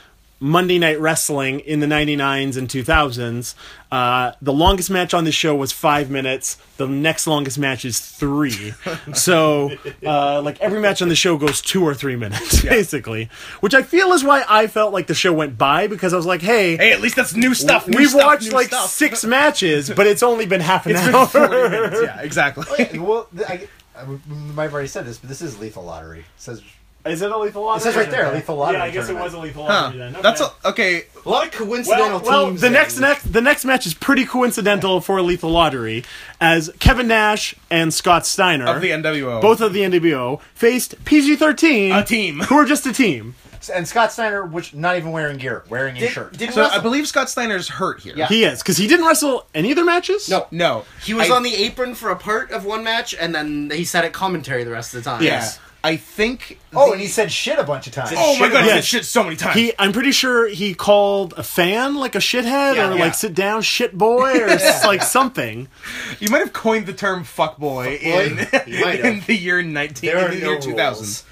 Speaker 1: Monday Night Wrestling in the 99s and 2000s. Uh, the longest match on the show was five minutes. The next longest match is three. so, uh, like, every match on the show goes two or three minutes, basically, which I feel is why I felt like the show went by because I was like, hey,
Speaker 2: Hey, at least that's new stuff. new
Speaker 1: we've
Speaker 2: stuff,
Speaker 1: watched
Speaker 2: new
Speaker 1: like
Speaker 2: stuff. (laughs)
Speaker 1: six matches, but it's only been half an
Speaker 2: It's been
Speaker 1: hour.
Speaker 2: 40
Speaker 1: (laughs)
Speaker 2: minutes. Yeah, exactly.
Speaker 4: well, th- I, I, we might have already said this, but this is Lethal Lottery. It says
Speaker 1: Is it a lethal lottery?
Speaker 4: It says right there, lethal lottery
Speaker 1: Yeah, I guess
Speaker 4: tournament.
Speaker 1: it was a lethal
Speaker 2: Huh.
Speaker 1: lottery. Then.
Speaker 2: That's
Speaker 1: Okay.
Speaker 2: a, okay.
Speaker 3: a lot of
Speaker 1: Well,
Speaker 3: coincidental
Speaker 1: well,
Speaker 3: teams.
Speaker 1: the
Speaker 3: in.
Speaker 1: next next the next match is pretty coincidental for Lethal Lottery, as Kevin Nash and Scott Steiner
Speaker 2: Of the NWO,
Speaker 1: both of the NWO faced PG thirteen,
Speaker 2: A team.
Speaker 1: who are just a team.
Speaker 4: and Scott Steiner, which not even wearing gear, wearing a
Speaker 3: Did,
Speaker 4: shirt.
Speaker 3: did
Speaker 2: So I
Speaker 3: wrestle-
Speaker 2: believe Scott Steiner's hurt here.
Speaker 4: Yeah.
Speaker 1: He is because he didn't wrestle any of their matches.
Speaker 3: No.
Speaker 2: No,
Speaker 3: He was
Speaker 2: I-
Speaker 3: on the apron for a part of one match, and then he sat at commentary the rest of the time.
Speaker 2: Yeah, I think.
Speaker 4: oh,
Speaker 2: the-
Speaker 4: and he said shit a bunch of times.
Speaker 2: Oh my god, he
Speaker 1: Yes.
Speaker 2: said shit so many times.
Speaker 1: He, I'm pretty sure he called a fan like a shithead
Speaker 2: Yeah,
Speaker 1: or
Speaker 2: yeah.
Speaker 1: like sit down shit boy
Speaker 2: (laughs)
Speaker 1: or s like something.
Speaker 2: you might have coined the term "fuckboy"
Speaker 3: Fuckboy? You might
Speaker 2: in, in
Speaker 3: have.
Speaker 2: the year 19,
Speaker 3: There are
Speaker 2: in the
Speaker 3: no
Speaker 2: year 2000.
Speaker 3: rules.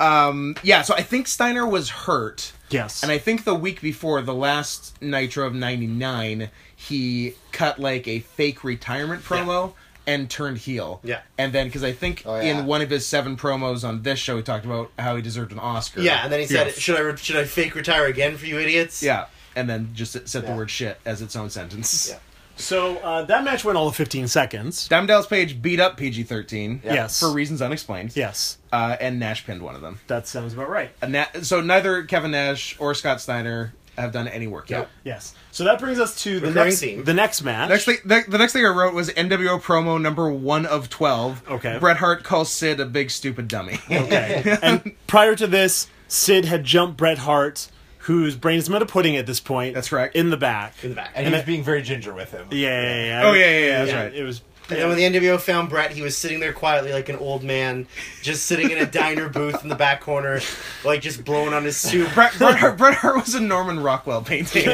Speaker 2: Um, yeah. So I think Steiner was hurt.
Speaker 1: Yes,
Speaker 2: And I think the week before the last Nitro of '99, he cut like a fake retirement promo and turned heel.
Speaker 3: Yeah.
Speaker 2: And then, because I think
Speaker 4: Oh, yeah.
Speaker 2: in one of his seven promos on this show, he talked about how he deserved an Oscar.
Speaker 3: Yeah, and then he said,
Speaker 1: Yeah.
Speaker 3: "Should I re- should I fake retire again for you idiots?"
Speaker 2: Yeah. And then just s- said the
Speaker 4: Yeah.
Speaker 2: word shit as its own sentence.
Speaker 4: Yeah.
Speaker 1: so uh, that match went all of 15 seconds.
Speaker 2: Dime Dallas Page beat up PG 13.
Speaker 4: Yeah.
Speaker 1: Yes.
Speaker 2: For reasons unexplained.
Speaker 1: Yes,
Speaker 2: Uh, and Nash pinned one of them.
Speaker 1: that sounds about right.
Speaker 2: And Na- so neither Kevin Nash or Scott Steiner have done any work yet.
Speaker 3: Yep.
Speaker 1: Yes, so that brings us to the
Speaker 3: Recurring
Speaker 1: next
Speaker 3: theme.
Speaker 1: the next match.
Speaker 2: Next thing, the, the next thing I wrote was NWO promo number one of twelve.
Speaker 1: Okay.
Speaker 2: Bret Hart calls Sid a big stupid dummy. (laughs)
Speaker 1: Okay. and prior to this, Sid had jumped Bret Hart, whose brain's made of pudding at this point.
Speaker 2: That's right.
Speaker 1: In the back.
Speaker 3: in the back.
Speaker 4: and he was being very ginger with him.
Speaker 1: Yeah, yeah, yeah.
Speaker 2: Oh, yeah, yeah, yeah, that's right.
Speaker 1: It was.
Speaker 3: And then when the NWO found Brett, he was sitting there quietly like an old man, just sitting in a diner booth in the back corner, like just blowing on his soup.
Speaker 2: Bret, Bret, Hart, Bret Hart was a Norman Rockwell painting.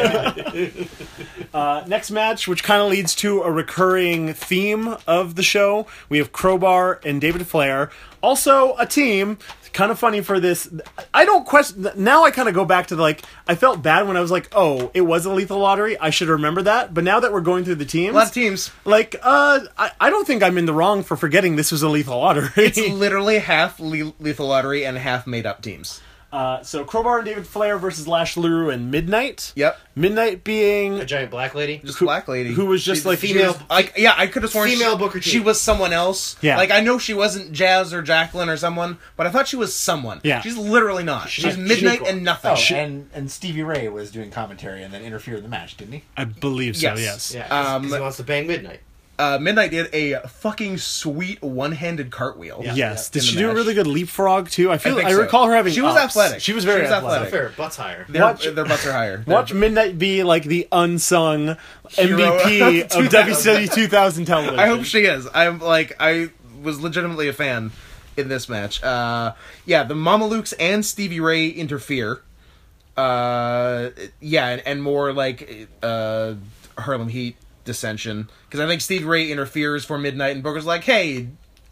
Speaker 1: Uh, next match, which kind of leads to a recurring theme of the show, we have Crowbar and David Flair. Also, a team. Kind of funny for this. I don't question. Now I kind of go back to the, like, I felt bad when I was like, oh, it was a lethal lottery. I should remember that. But now that we're going through the teams.
Speaker 2: a lot of teams.
Speaker 1: like, uh, I, I don't think I'm in the wrong (laughs) for forgetting this was a lethal lottery.
Speaker 2: It's literally half le- Lethal Lottery and half made up teams.
Speaker 1: Uh, so Crowbar and David Flair versus Lash LaRue and Midnight.
Speaker 2: Yep.
Speaker 1: Midnight being
Speaker 3: A giant black lady.
Speaker 2: Just
Speaker 1: Who-
Speaker 2: black lady
Speaker 1: who was just
Speaker 2: She's
Speaker 1: like-
Speaker 2: female.
Speaker 3: she was-
Speaker 2: like yeah, I could have sworn
Speaker 3: Female
Speaker 2: she,
Speaker 3: Booker T.
Speaker 2: She was someone else.
Speaker 1: Yeah.
Speaker 2: like I know she wasn't Jazz or Jacqueline or someone, but I thought she was someone.
Speaker 1: Yeah.
Speaker 2: she's literally not. She's
Speaker 3: She-
Speaker 2: midnight
Speaker 3: she-
Speaker 2: and nothing.
Speaker 4: Oh, and, and Stevie Ray was doing commentary and then interfered in the match, didn't he?
Speaker 1: I believe so.
Speaker 2: Yes.
Speaker 1: Yes.
Speaker 3: Yeah, 'cause-
Speaker 2: Um,
Speaker 3: 'cause he wants to bang midnight.
Speaker 2: uh, midnight did a fucking sweet one-handed cartwheel.
Speaker 1: Yes.
Speaker 2: In
Speaker 1: Did
Speaker 2: the
Speaker 1: she do a
Speaker 2: match.
Speaker 1: really good leapfrog too? I feel.
Speaker 2: think
Speaker 1: I,
Speaker 2: so.
Speaker 1: recall her having.
Speaker 2: She was
Speaker 1: ups.
Speaker 2: athletic.
Speaker 1: She was very
Speaker 2: She was
Speaker 1: athletic.
Speaker 2: athletic.
Speaker 3: Not fair. Butt's higher.
Speaker 2: Their,
Speaker 1: Watch-
Speaker 2: their butts are higher. Their-
Speaker 1: Watch Midnight be like the unsung
Speaker 2: Hero (laughs)
Speaker 1: MVP
Speaker 2: of
Speaker 1: of WCW 2000 television.
Speaker 2: I hope she is. I'm like I was legitimately a fan in this match. Uh, yeah, the Mamalukes and Stevie Ray interfere. Uh, yeah, and, and more like uh, Harlem Heat dissension because I think Stevie Ray interferes for Midnight and Booker's like, "Hey,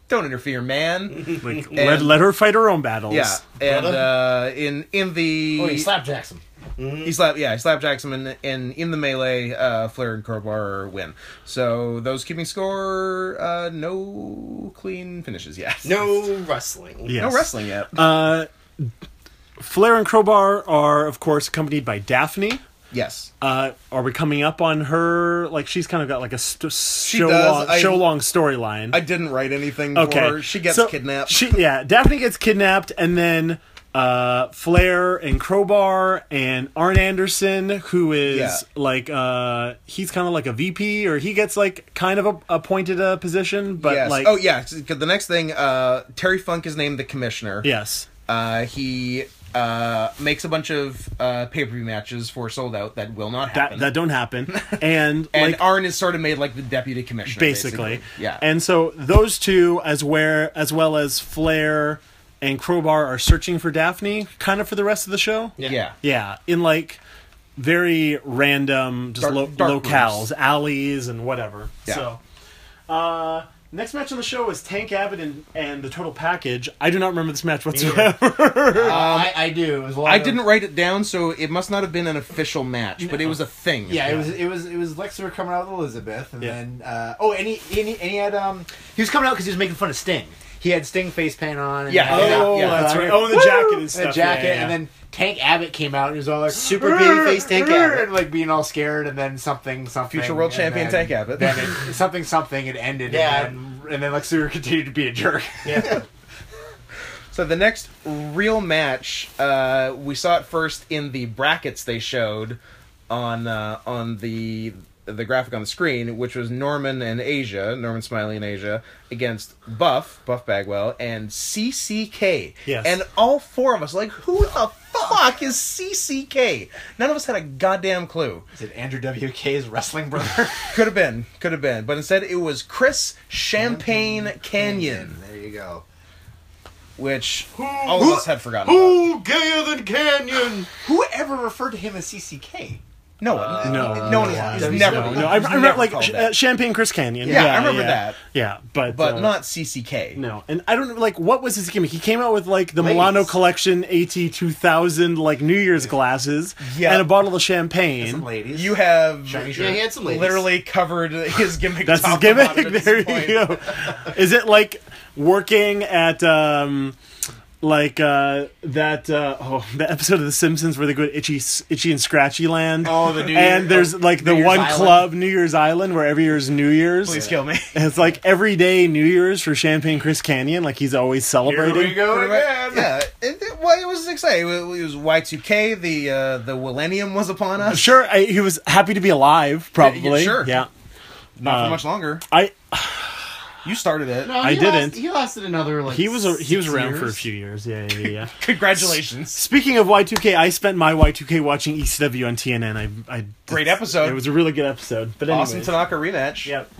Speaker 2: don't interfere, man."
Speaker 1: Like, let,
Speaker 2: And-
Speaker 1: let her fight her own battles.
Speaker 2: yeah, and uh,
Speaker 3: Brother?
Speaker 2: in in the
Speaker 4: Oh, he slap Jackson.
Speaker 2: he slapped, yeah, he slapped Jackson, and, and in the melee, uh, Flair and Crowbar win. So those keeping score, uh, no clean finishes yet.
Speaker 3: No wrestling.
Speaker 1: Yes.
Speaker 2: no wrestling yet.
Speaker 1: Uh, Flair and Crowbar are, of course, accompanied by Daphne.
Speaker 2: yes,
Speaker 1: Uh, are we coming up on her? Like she's kind of got like a st- show,
Speaker 2: does.
Speaker 1: long,
Speaker 2: I-
Speaker 1: show long storyline.
Speaker 2: I didn't write anything
Speaker 1: okay,
Speaker 2: for her. She gets
Speaker 1: So,
Speaker 2: kidnapped.
Speaker 1: She, yeah, Daphne gets kidnapped, and then uh, Flair and Crowbar and Arn Anderson, who is
Speaker 2: Yeah.
Speaker 1: like uh, he's kind of like a VP, or he gets like kind of a, appointed a position, but
Speaker 2: yes.
Speaker 1: like
Speaker 2: oh yeah. 'cause the next thing, uh, Terry Funk is named the commissioner.
Speaker 1: yes,
Speaker 2: Uh, he uh, makes a bunch of uh, pay per view matches for sold out that will not happen.
Speaker 1: that that don't happen,
Speaker 2: (laughs)
Speaker 1: and
Speaker 2: and
Speaker 1: like
Speaker 2: Arn is sort of made like the deputy commissioner,
Speaker 1: basically.
Speaker 2: Yeah.
Speaker 1: And so those two, as where as well as Flair and Crowbar, are searching for Daphne, kind of for the rest of the show.
Speaker 2: yeah.
Speaker 1: Yeah, in like very random, just
Speaker 2: Dark-
Speaker 1: lo-
Speaker 2: dark
Speaker 1: locales,
Speaker 2: rooms.
Speaker 1: alleys, and whatever.
Speaker 2: Yeah.
Speaker 1: So, uh, next match on the show is Tank Abbott and, and the Total Package. I do not remember this match whatsoever.
Speaker 4: Uh, I, I do. It was a lot
Speaker 2: I
Speaker 4: of-
Speaker 2: didn't write it down, so it must not have been an official match, but it was a thing.
Speaker 4: Yeah, it was it was it was Lexer coming out with Elizabeth, and
Speaker 1: Yeah.
Speaker 4: then uh, oh, and he, and he and he had um
Speaker 3: He was coming out because he was making fun of Sting.
Speaker 4: he had Sting face paint on. And
Speaker 2: Yeah.
Speaker 4: he had uh,
Speaker 2: Oh, yeah,
Speaker 1: that's
Speaker 4: I
Speaker 1: right.
Speaker 4: mean,
Speaker 1: Oh, and the
Speaker 4: woo! (laughs)
Speaker 1: jacket and
Speaker 4: And
Speaker 1: stuff.
Speaker 4: the
Speaker 1: Yeah,
Speaker 4: jacket,
Speaker 1: yeah, yeah.
Speaker 4: and then Tank Abbott came out and he was all like
Speaker 3: Super babyface Tank Abbott."
Speaker 4: and like being all scared, and then something something
Speaker 2: Future world
Speaker 4: and
Speaker 2: champion
Speaker 4: then-
Speaker 2: Tank Abbott.
Speaker 4: Then
Speaker 2: (laughs)
Speaker 4: it, something something it ended.
Speaker 3: Yeah.
Speaker 4: and then, and then Lex Luger continued to be a (laughs) jerk.
Speaker 3: Yeah.
Speaker 2: So the next real match, uh, we saw it first in the brackets they showed on uh, on the the graphic on the screen, which was Norman and Asia, Norman Smiley and Asia, against Buff, Buff Bagwell, and CCK.
Speaker 1: Yes.
Speaker 2: And all four of us, like, who the fuck is CCK? None of us had a goddamn clue.
Speaker 4: Is it Andrew WK's wrestling (laughs) brother?
Speaker 2: Could have been, could have been, but instead it was Chris Champagne Canyon,
Speaker 4: there you go.
Speaker 2: which all of
Speaker 4: who-
Speaker 2: us had forgotten. about.
Speaker 3: Who gayer than Canyon?
Speaker 4: Who ever referred to him as CCK?
Speaker 2: No one,
Speaker 1: Uh, No.
Speaker 2: no one.
Speaker 4: Yeah.
Speaker 2: He's
Speaker 4: WCW.
Speaker 2: never.
Speaker 1: no, no, I, I
Speaker 2: he's
Speaker 1: remember
Speaker 2: never
Speaker 1: like
Speaker 2: called
Speaker 1: Sh-
Speaker 2: that.
Speaker 1: uh, Champagne Chris Canyon.
Speaker 2: Yeah, I remember that.
Speaker 1: Yeah, but
Speaker 2: but
Speaker 1: uh,
Speaker 2: not CCK.
Speaker 1: No, and I don't like what was his gimmick. He came out with like the
Speaker 4: Ladies.
Speaker 1: Milano Collection AT two thousand like New Year's glasses
Speaker 2: Yeah.
Speaker 1: and a bottle of champagne.
Speaker 4: Some ladies.
Speaker 2: You have
Speaker 4: Shiny
Speaker 3: Yeah, he had some ladies.
Speaker 2: literally covered
Speaker 1: (laughs)
Speaker 2: his gimmick.
Speaker 1: That's his
Speaker 2: top to bottom
Speaker 1: gimmick.
Speaker 2: at this
Speaker 1: There
Speaker 2: point.
Speaker 1: you go. Is it like working at um like uh that uh oh the episode of The Simpsons where they go to itchy itchy and scratchy land.
Speaker 4: Oh, the New
Speaker 1: and
Speaker 4: Year-
Speaker 1: there's like the
Speaker 4: New Year's
Speaker 1: one
Speaker 4: Island.
Speaker 1: club New Year's Island where every year's New Year's.
Speaker 2: (laughs) Please kill me.
Speaker 1: And it's like every day New Year's for Champagne Chris Canyon, like he's always
Speaker 4: Here
Speaker 1: celebrating.
Speaker 4: we (laughs) go
Speaker 2: Pretty much-
Speaker 4: again.
Speaker 2: Yeah, it, it- well, it was exciting. It was, it was Y2K. The uh, the millennium was
Speaker 1: (laughs)
Speaker 2: upon us.
Speaker 1: Sure, I, he was happy to be alive, probably. Yeah,
Speaker 2: sure.
Speaker 1: Yeah.
Speaker 2: Not
Speaker 1: Uh,
Speaker 2: for much longer.
Speaker 1: I
Speaker 2: You started it.
Speaker 1: I
Speaker 3: Oh, he
Speaker 1: didn't.
Speaker 3: Last, he lasted another like.
Speaker 1: he was a, he
Speaker 3: six
Speaker 1: was around
Speaker 3: years.
Speaker 1: for a few years. Yeah, yeah, yeah.
Speaker 4: (laughs)
Speaker 1: yeah.
Speaker 2: Congratulations.
Speaker 1: Speaking of Y2K, I spent my Y2K watching ECW on TNN. I, I
Speaker 2: Great episode.
Speaker 1: It was a really good episode. But anyways.
Speaker 2: Awesome Tanaka rematch.
Speaker 1: Yep.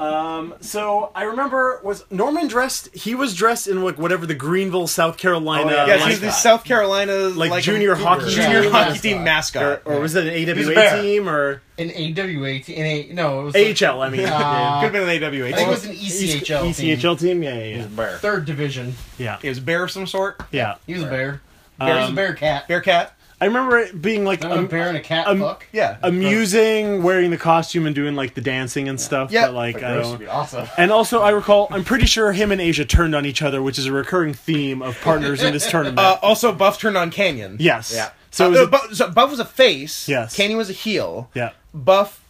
Speaker 1: Um, so I remember was Norman dressed? He was dressed in like whatever the Greenville, South Carolina,
Speaker 4: Oh, yeah.
Speaker 1: Uh,
Speaker 2: Yes,
Speaker 1: like-
Speaker 2: he's the South Carolina
Speaker 1: Like junior hockey
Speaker 2: junior
Speaker 3: team
Speaker 2: hockey
Speaker 3: mascot.
Speaker 2: team mascot.
Speaker 1: or, or was it an
Speaker 4: was a
Speaker 1: AWA
Speaker 4: bear.
Speaker 1: team or
Speaker 3: An AWA team. An A, no, it was like-
Speaker 1: AHL? I mean, yeah.
Speaker 2: Could have been an AWA
Speaker 3: I think it
Speaker 2: team.
Speaker 3: was an E ECHL.
Speaker 1: E
Speaker 3: team.
Speaker 1: ECHL team. Yeah, yeah,
Speaker 4: Bear.
Speaker 3: Third division.
Speaker 1: yeah,
Speaker 2: It was bear of some sort.
Speaker 1: yeah.
Speaker 3: He was a bear.
Speaker 1: Um,
Speaker 3: Bear was a bear cat.
Speaker 2: Bearcat.
Speaker 1: I remember it being like
Speaker 5: I'm
Speaker 4: Oh,
Speaker 1: am-
Speaker 5: comparing a cat
Speaker 1: um,
Speaker 5: fuck.
Speaker 2: Yeah.
Speaker 1: amusing, wearing the costume and doing like the dancing and stuff.
Speaker 2: Yeah.
Speaker 1: but, like I
Speaker 4: Gross would
Speaker 1: don't.
Speaker 4: be awesome.
Speaker 1: And also, I recall I'm pretty sure him and Asia turned on each other, which is a recurring theme of partners in this tournament.
Speaker 2: Uh, also, Buff turned on Canyon.
Speaker 1: yes.
Speaker 4: yeah.
Speaker 1: So, it was
Speaker 2: Uh,
Speaker 1: a-
Speaker 2: Bu- so Buff was a face.
Speaker 1: Yes.
Speaker 2: Canyon was a heel.
Speaker 1: yeah.
Speaker 2: Buff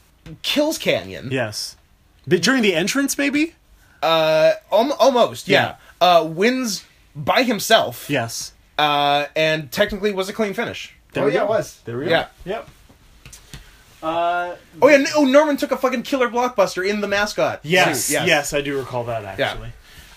Speaker 2: kills Canyon.
Speaker 1: Yes. But during the entrance, maybe.
Speaker 2: Al- almost. Yeah. Uh, wins by himself.
Speaker 1: Yes.
Speaker 2: Uh, and technically was a clean finish.
Speaker 1: There
Speaker 4: oh
Speaker 1: we
Speaker 4: yeah,
Speaker 1: go.
Speaker 4: it was.
Speaker 1: There we go.
Speaker 2: Yeah.
Speaker 1: Yep. Uh,
Speaker 2: Oh yeah. Oh, Norman took a fucking killer blockbuster in the mascot.
Speaker 1: yes,
Speaker 2: suit.
Speaker 1: yes, I do recall that actually.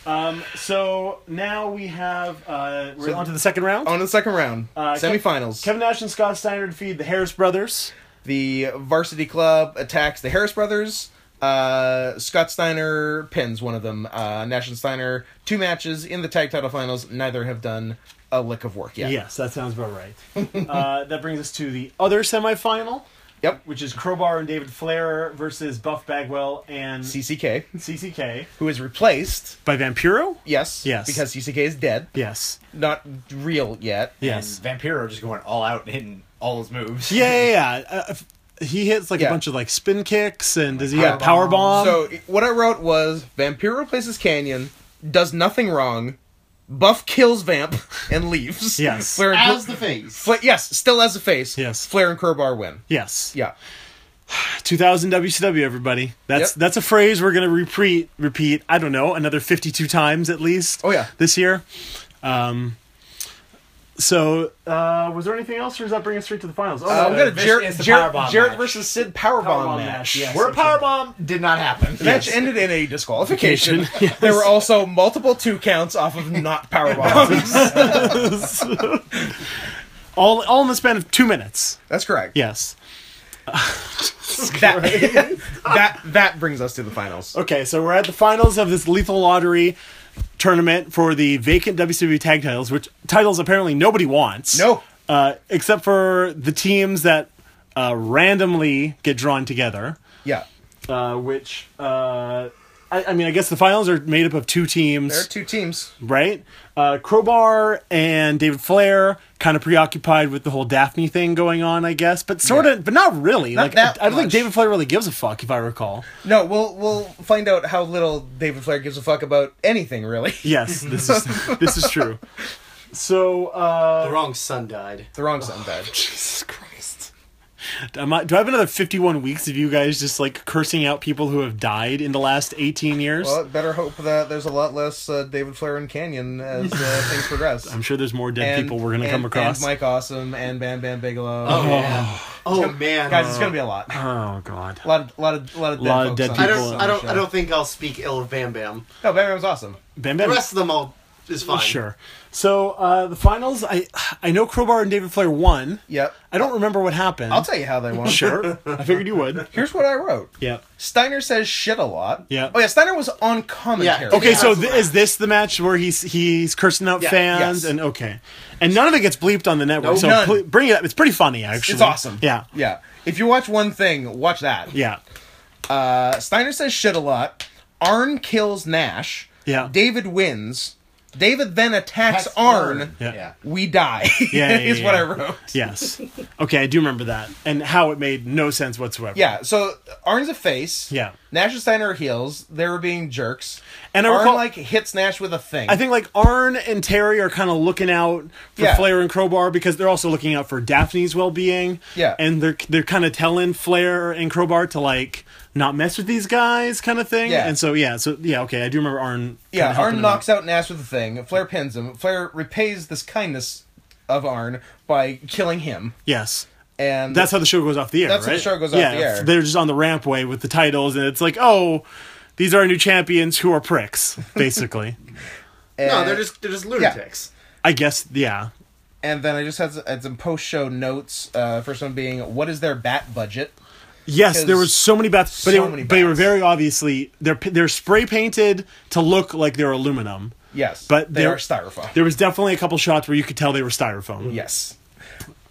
Speaker 1: Um, so now we have uh, we're on to the second round.
Speaker 2: On to the second round,
Speaker 1: Uh, Kev-
Speaker 2: semifinals.
Speaker 1: Kevin Nash and Scott Steiner defeat the Harris brothers.
Speaker 2: the varsity club attacks the Harris brothers. Uh, Scott Steiner pins one of them. Uh, Nash and Steiner two matches in the tag title finals. Neither have done a lick of work yet.
Speaker 1: Yes, that sounds about right. uh, that brings us to the other semifinal,
Speaker 2: Yep.
Speaker 1: which is Crowbar and David Flair versus Buff Bagwell and
Speaker 2: CCK,
Speaker 1: CCK
Speaker 2: who is replaced.
Speaker 1: by Vampiro.
Speaker 2: Yes.
Speaker 1: Yes.
Speaker 2: Because CCK is dead.
Speaker 1: Yes.
Speaker 2: Not real yet.
Speaker 1: Yes.
Speaker 4: And Vampiro just going all out and hitting all his moves.
Speaker 1: Yeah, yeah, yeah. Uh, if- he hits like
Speaker 2: Yeah.
Speaker 1: a bunch of like spin kicks, and does he
Speaker 2: Yeah.
Speaker 1: have power bomb?
Speaker 2: so what I wrote was Vampiro replaces Canyon, does nothing wrong, Buff kills Vamp and leaves.
Speaker 1: Yes.
Speaker 2: Flair and
Speaker 5: As the face.
Speaker 2: Fla- yes, still as a face.
Speaker 1: Yes.
Speaker 2: Flair and Crowbar win.
Speaker 1: yes,
Speaker 2: Yeah.
Speaker 1: 2000 WCW, everybody. That's
Speaker 2: Yep.
Speaker 1: that's a phrase we're gonna repeat. Repeat. I don't know another 52 times at least.
Speaker 2: Oh, yeah.
Speaker 1: this year. Um. So, uh, was there anything else, or does that bring us straight to the finals? Oh,
Speaker 2: Uh, we got a
Speaker 4: Vince
Speaker 2: Jarrett,
Speaker 4: is the
Speaker 2: Jarrett,
Speaker 4: powerbomb
Speaker 2: Jarrett
Speaker 4: match.
Speaker 2: versus Sid powerbomb,
Speaker 1: Powerbomb
Speaker 2: match.
Speaker 1: match, yes.
Speaker 4: Where powerbomb did not happen.
Speaker 2: The match ended in a disqualification. (laughs) There were also multiple two counts off of not power bombs. Um,
Speaker 1: (laughs) all all in the span of two minutes.
Speaker 2: (laughs) That's correct.
Speaker 1: Yes.
Speaker 2: That, (laughs) that that brings us to the finals.
Speaker 1: Okay, so we're at the finals of this Lethal Lottery tournament for the vacant WCW tag titles, which titles apparently nobody wants.
Speaker 2: No.
Speaker 1: Uh, except for the teams that uh, randomly get drawn together.
Speaker 2: Yeah.
Speaker 1: Uh, which, uh, I, I mean, I guess the finals are made up of two teams,
Speaker 2: There are two teams.
Speaker 1: right? Uh, Crowbar and David Flair, kind of preoccupied with the whole Daphne thing going on, I guess, but sort of, but not really. like,
Speaker 2: that
Speaker 1: I, I don't
Speaker 2: much.
Speaker 1: think David Flair really gives a fuck, if I recall.
Speaker 2: No, we'll we'll find out how little David Flair gives a fuck about anything really. (laughs)
Speaker 1: Yes, this is this is true. So, uh,
Speaker 5: The wrong son died.
Speaker 2: The wrong sound (sighs) bad.
Speaker 1: Jesus Christ. Am I, do I have another 51 weeks of you guys just like cursing out people who have died in the last 18 years?
Speaker 2: Well, better hope that there's a lot less uh, David Flair and Canyon as uh, things progress.
Speaker 1: I'm sure there's more dead
Speaker 2: (laughs) And-
Speaker 1: people we're going to
Speaker 2: and-
Speaker 1: come across.
Speaker 2: And Mike Awesome and Bam Bam Bigelow.
Speaker 3: Oh,
Speaker 5: Oh man.
Speaker 2: Guys, it's gonna be a lot. (laughs) A
Speaker 1: oh, God.
Speaker 2: lot of, lot of, lot of dead,
Speaker 1: Uh, Lot of
Speaker 2: folks
Speaker 1: dead
Speaker 2: on-
Speaker 5: I
Speaker 1: people
Speaker 5: don't.
Speaker 1: on
Speaker 5: I
Speaker 1: the
Speaker 5: don't. I don't think I'll speak ill of Bam Bam.
Speaker 2: No, Bam Bam was awesome.
Speaker 1: Bam
Speaker 5: The
Speaker 1: Bam.
Speaker 5: rest of them all is fine.
Speaker 1: Sure. So, uh, the finals, I I know Crowbar and David Flair won.
Speaker 2: Yep.
Speaker 1: I don't remember what happened.
Speaker 2: I'll tell you how they won.
Speaker 1: Sure. I figured you would.
Speaker 2: Here's what I wrote.
Speaker 1: Yeah.
Speaker 2: Steiner says shit a lot.
Speaker 1: Yeah.
Speaker 2: Oh yeah, Steiner was on commentary.
Speaker 5: Yeah.
Speaker 1: Okay, so
Speaker 5: that's
Speaker 1: th-
Speaker 5: right.
Speaker 1: is this the match where he's he's cursing out fans
Speaker 2: Yes.
Speaker 1: and okay, and none of it gets bleeped on the network.
Speaker 2: No,
Speaker 1: so
Speaker 2: none.
Speaker 1: pl- bring it up. It's pretty funny actually.
Speaker 2: It's awesome.
Speaker 1: Yeah,
Speaker 2: Yeah. If you watch one thing, watch that.
Speaker 1: yeah.
Speaker 2: Uh, Steiner says shit a lot. Arn kills Nash.
Speaker 1: Yeah.
Speaker 2: David wins. David then attacks
Speaker 4: That's
Speaker 2: Arn.
Speaker 4: Arn.
Speaker 1: Yeah.
Speaker 4: yeah.
Speaker 2: We die.
Speaker 1: Yeah, yeah,
Speaker 2: (laughs) is
Speaker 1: yeah,
Speaker 2: what I
Speaker 1: yeah.
Speaker 2: wrote. (laughs)
Speaker 1: Yes. Okay, I do remember that and how it made no sense whatsoever.
Speaker 2: Yeah, so Arn's a face.
Speaker 1: Yeah.
Speaker 2: Nash and Steiner are heels. They were being jerks.
Speaker 1: And I
Speaker 2: Arn
Speaker 1: recall-
Speaker 2: like hits Nash with a thing.
Speaker 1: I think like Arn and Terry are kind of looking out for
Speaker 2: Yeah.
Speaker 1: Flair and Crowbar because they're also looking out for Daphne's well-being.
Speaker 2: Yeah.
Speaker 1: and they're they're kind of telling Flair and Crowbar to like not mess with these guys, kind of thing.
Speaker 2: Yeah.
Speaker 1: and so yeah, so yeah, okay, I do remember Arn. kinda
Speaker 2: yeah,
Speaker 1: helping
Speaker 2: Arn
Speaker 1: him out.
Speaker 2: knocks out Nash with a thing. Flair pins him. Flair repays this kindness of Arn by killing him.
Speaker 1: Yes.
Speaker 2: And
Speaker 1: That's how the show goes off the air.
Speaker 2: That's how
Speaker 1: right?
Speaker 2: the show goes off
Speaker 1: yeah,
Speaker 2: the air.
Speaker 1: They're just on the rampway with the titles, and it's like, oh, these are our new champions who are
Speaker 2: (laughs)
Speaker 1: pricks, basically.
Speaker 5: No,
Speaker 2: and-
Speaker 5: they're just they're just lunatics.
Speaker 1: I guess, yeah.
Speaker 2: And then I just had some, had some post show notes. Uh, first one being, what is their bat budget?
Speaker 1: Yes, there was
Speaker 2: Because
Speaker 1: so many bats, but,
Speaker 2: so
Speaker 1: they,
Speaker 2: many
Speaker 1: but they were
Speaker 2: bats.
Speaker 1: very obviously they're p- they're spray painted to look like they're aluminum.
Speaker 2: Yes,
Speaker 1: But
Speaker 2: they
Speaker 1: there-
Speaker 2: are styrofoam.
Speaker 1: There was definitely a couple shots where you could tell they were styrofoam.
Speaker 2: Yes.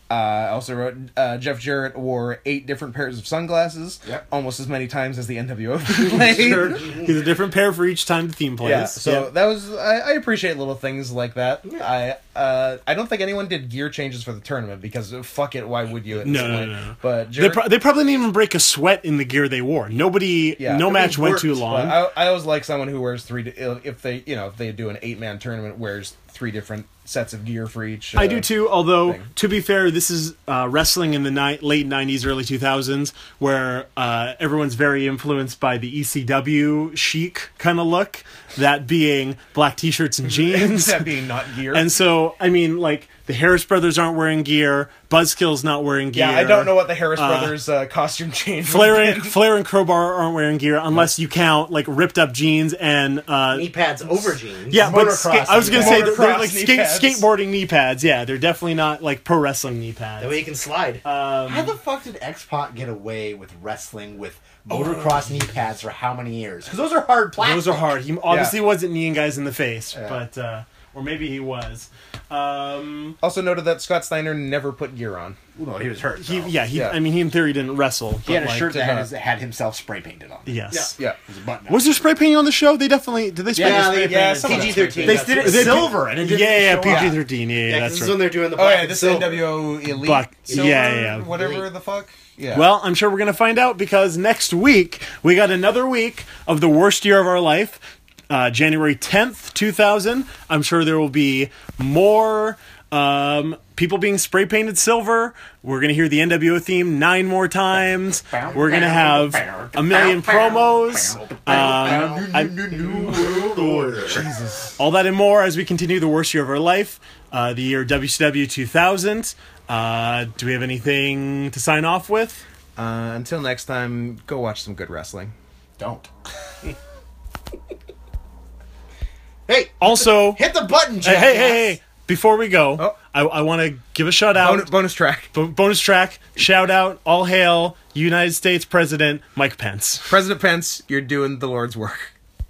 Speaker 2: Uh, I also wrote uh, Jeff Jarrett wore eight different pairs of sunglasses,
Speaker 4: Yep.
Speaker 2: almost as many times as the
Speaker 5: (laughs)
Speaker 2: (laughs) NWO played.
Speaker 1: Sure. He's a different pair for each time the theme plays.
Speaker 2: Yeah, so that was I, I appreciate little things like that. I uh, I don't think anyone did gear changes for the tournament because uh, fuck it, why would you? At
Speaker 1: No,
Speaker 2: this
Speaker 1: no,
Speaker 2: point?
Speaker 1: no, no.
Speaker 2: But
Speaker 1: They,
Speaker 2: Jarrett,
Speaker 1: pro- they probably didn't even break a sweat in the gear they wore. Nobody,
Speaker 2: Yeah.
Speaker 1: no
Speaker 2: It
Speaker 1: match went
Speaker 5: worked,
Speaker 1: too
Speaker 2: but
Speaker 1: long.
Speaker 2: I, I always like someone who wears three. di- If they you know if they do an eight man tournament, wears three different sets of gear for each. Uh,
Speaker 1: I do too. Although
Speaker 2: thing.
Speaker 1: to be fair, this is uh, wrestling in the ni- late '90s, early 2000s, where uh, everyone's very influenced by the ECW chic kind of look, that being black t-shirts and
Speaker 2: Mm-hmm. (laughs)
Speaker 1: jeans.
Speaker 2: That being not gear.
Speaker 1: and so, I mean, like the Harris brothers aren't wearing gear. Buzzkill's not wearing gear.
Speaker 2: yeah, I don't know what the Harris brothers uh, costume change. would
Speaker 1: Flair
Speaker 2: have
Speaker 1: and,
Speaker 2: been.
Speaker 1: Flair and Crowbar aren't wearing gear unless you count like ripped up jeans and uh,
Speaker 5: Knee pads over jeans.
Speaker 1: yeah, but
Speaker 4: Motocross
Speaker 1: ska- I was gonna
Speaker 4: knee
Speaker 1: say
Speaker 2: pads.
Speaker 1: they're, they're
Speaker 2: Motocross
Speaker 1: like
Speaker 2: knee
Speaker 1: skate,
Speaker 2: pads.
Speaker 1: skateboarding knee pads. Yeah, they're definitely not like pro wrestling knee
Speaker 5: That way
Speaker 1: pads.
Speaker 5: you can slide.
Speaker 1: um,
Speaker 4: How the fuck did X Pac get away with wrestling with motocross knee pads for how many years? Because those are hard plastic.
Speaker 1: Oh. Those are hard. He obviously wasn't kneeing guys in the face, but uh, or maybe he was. Um,
Speaker 2: (laughs) also noted that Scott Steiner never put gear on.
Speaker 4: Well, he was hurt.
Speaker 1: he,
Speaker 4: though.
Speaker 1: yeah, he.
Speaker 2: Yeah.
Speaker 1: I mean, he in theory didn't wrestle.
Speaker 4: He had a
Speaker 1: but, like,
Speaker 4: shirt that
Speaker 2: did
Speaker 4: had,
Speaker 2: not-
Speaker 4: his, had himself spray painted on. it.
Speaker 1: Yes.
Speaker 2: Yeah.
Speaker 4: His button up.
Speaker 1: Was there spray painting on the show? They definitely did. They spray.
Speaker 5: yeah, they,
Speaker 2: yeah, some of
Speaker 5: PG
Speaker 2: that's
Speaker 5: thirteen.
Speaker 4: They did it
Speaker 1: They-
Speaker 4: silver and it
Speaker 1: Yeah,
Speaker 4: didn't
Speaker 1: yeah,
Speaker 4: show up.
Speaker 1: PG thirteen. Yeah, yeah,
Speaker 5: Yeah, 'cause
Speaker 1: that's
Speaker 5: this
Speaker 1: right.
Speaker 5: is when they're doing the
Speaker 2: Oh
Speaker 5: black
Speaker 2: yeah,
Speaker 5: and
Speaker 2: this
Speaker 5: silver.
Speaker 2: NWO elite,
Speaker 1: Buck-
Speaker 2: silver,
Speaker 1: yeah, yeah.
Speaker 2: whatever
Speaker 5: Elite.
Speaker 2: the fuck. Yeah.
Speaker 1: Well, I'm sure we're going to find out because next week we got another week of the worst year of our life, uh, January 10th, 2000. I'm sure there will be more um, people being spray painted silver. We're going to hear the NWO theme nine more times. We're going to have a million promos. Um, all that and more as we continue the worst year of our life, uh, the year WCW 2000. Uh, do we have anything to sign off with?
Speaker 2: Uh, until next time, go watch some good wrestling.
Speaker 4: Don't. (laughs)
Speaker 5: Hey,
Speaker 1: Also,
Speaker 5: hit the button,
Speaker 1: Hey,
Speaker 5: Jack.
Speaker 1: hey, hey, hey. Before we go,
Speaker 2: Oh.
Speaker 1: I, I want to give a shout out.
Speaker 2: Bonus, bonus track.
Speaker 1: bo- bonus track, shout out, all hail, United States President Mike Pence.
Speaker 2: President Pence, you're doing the Lord's work.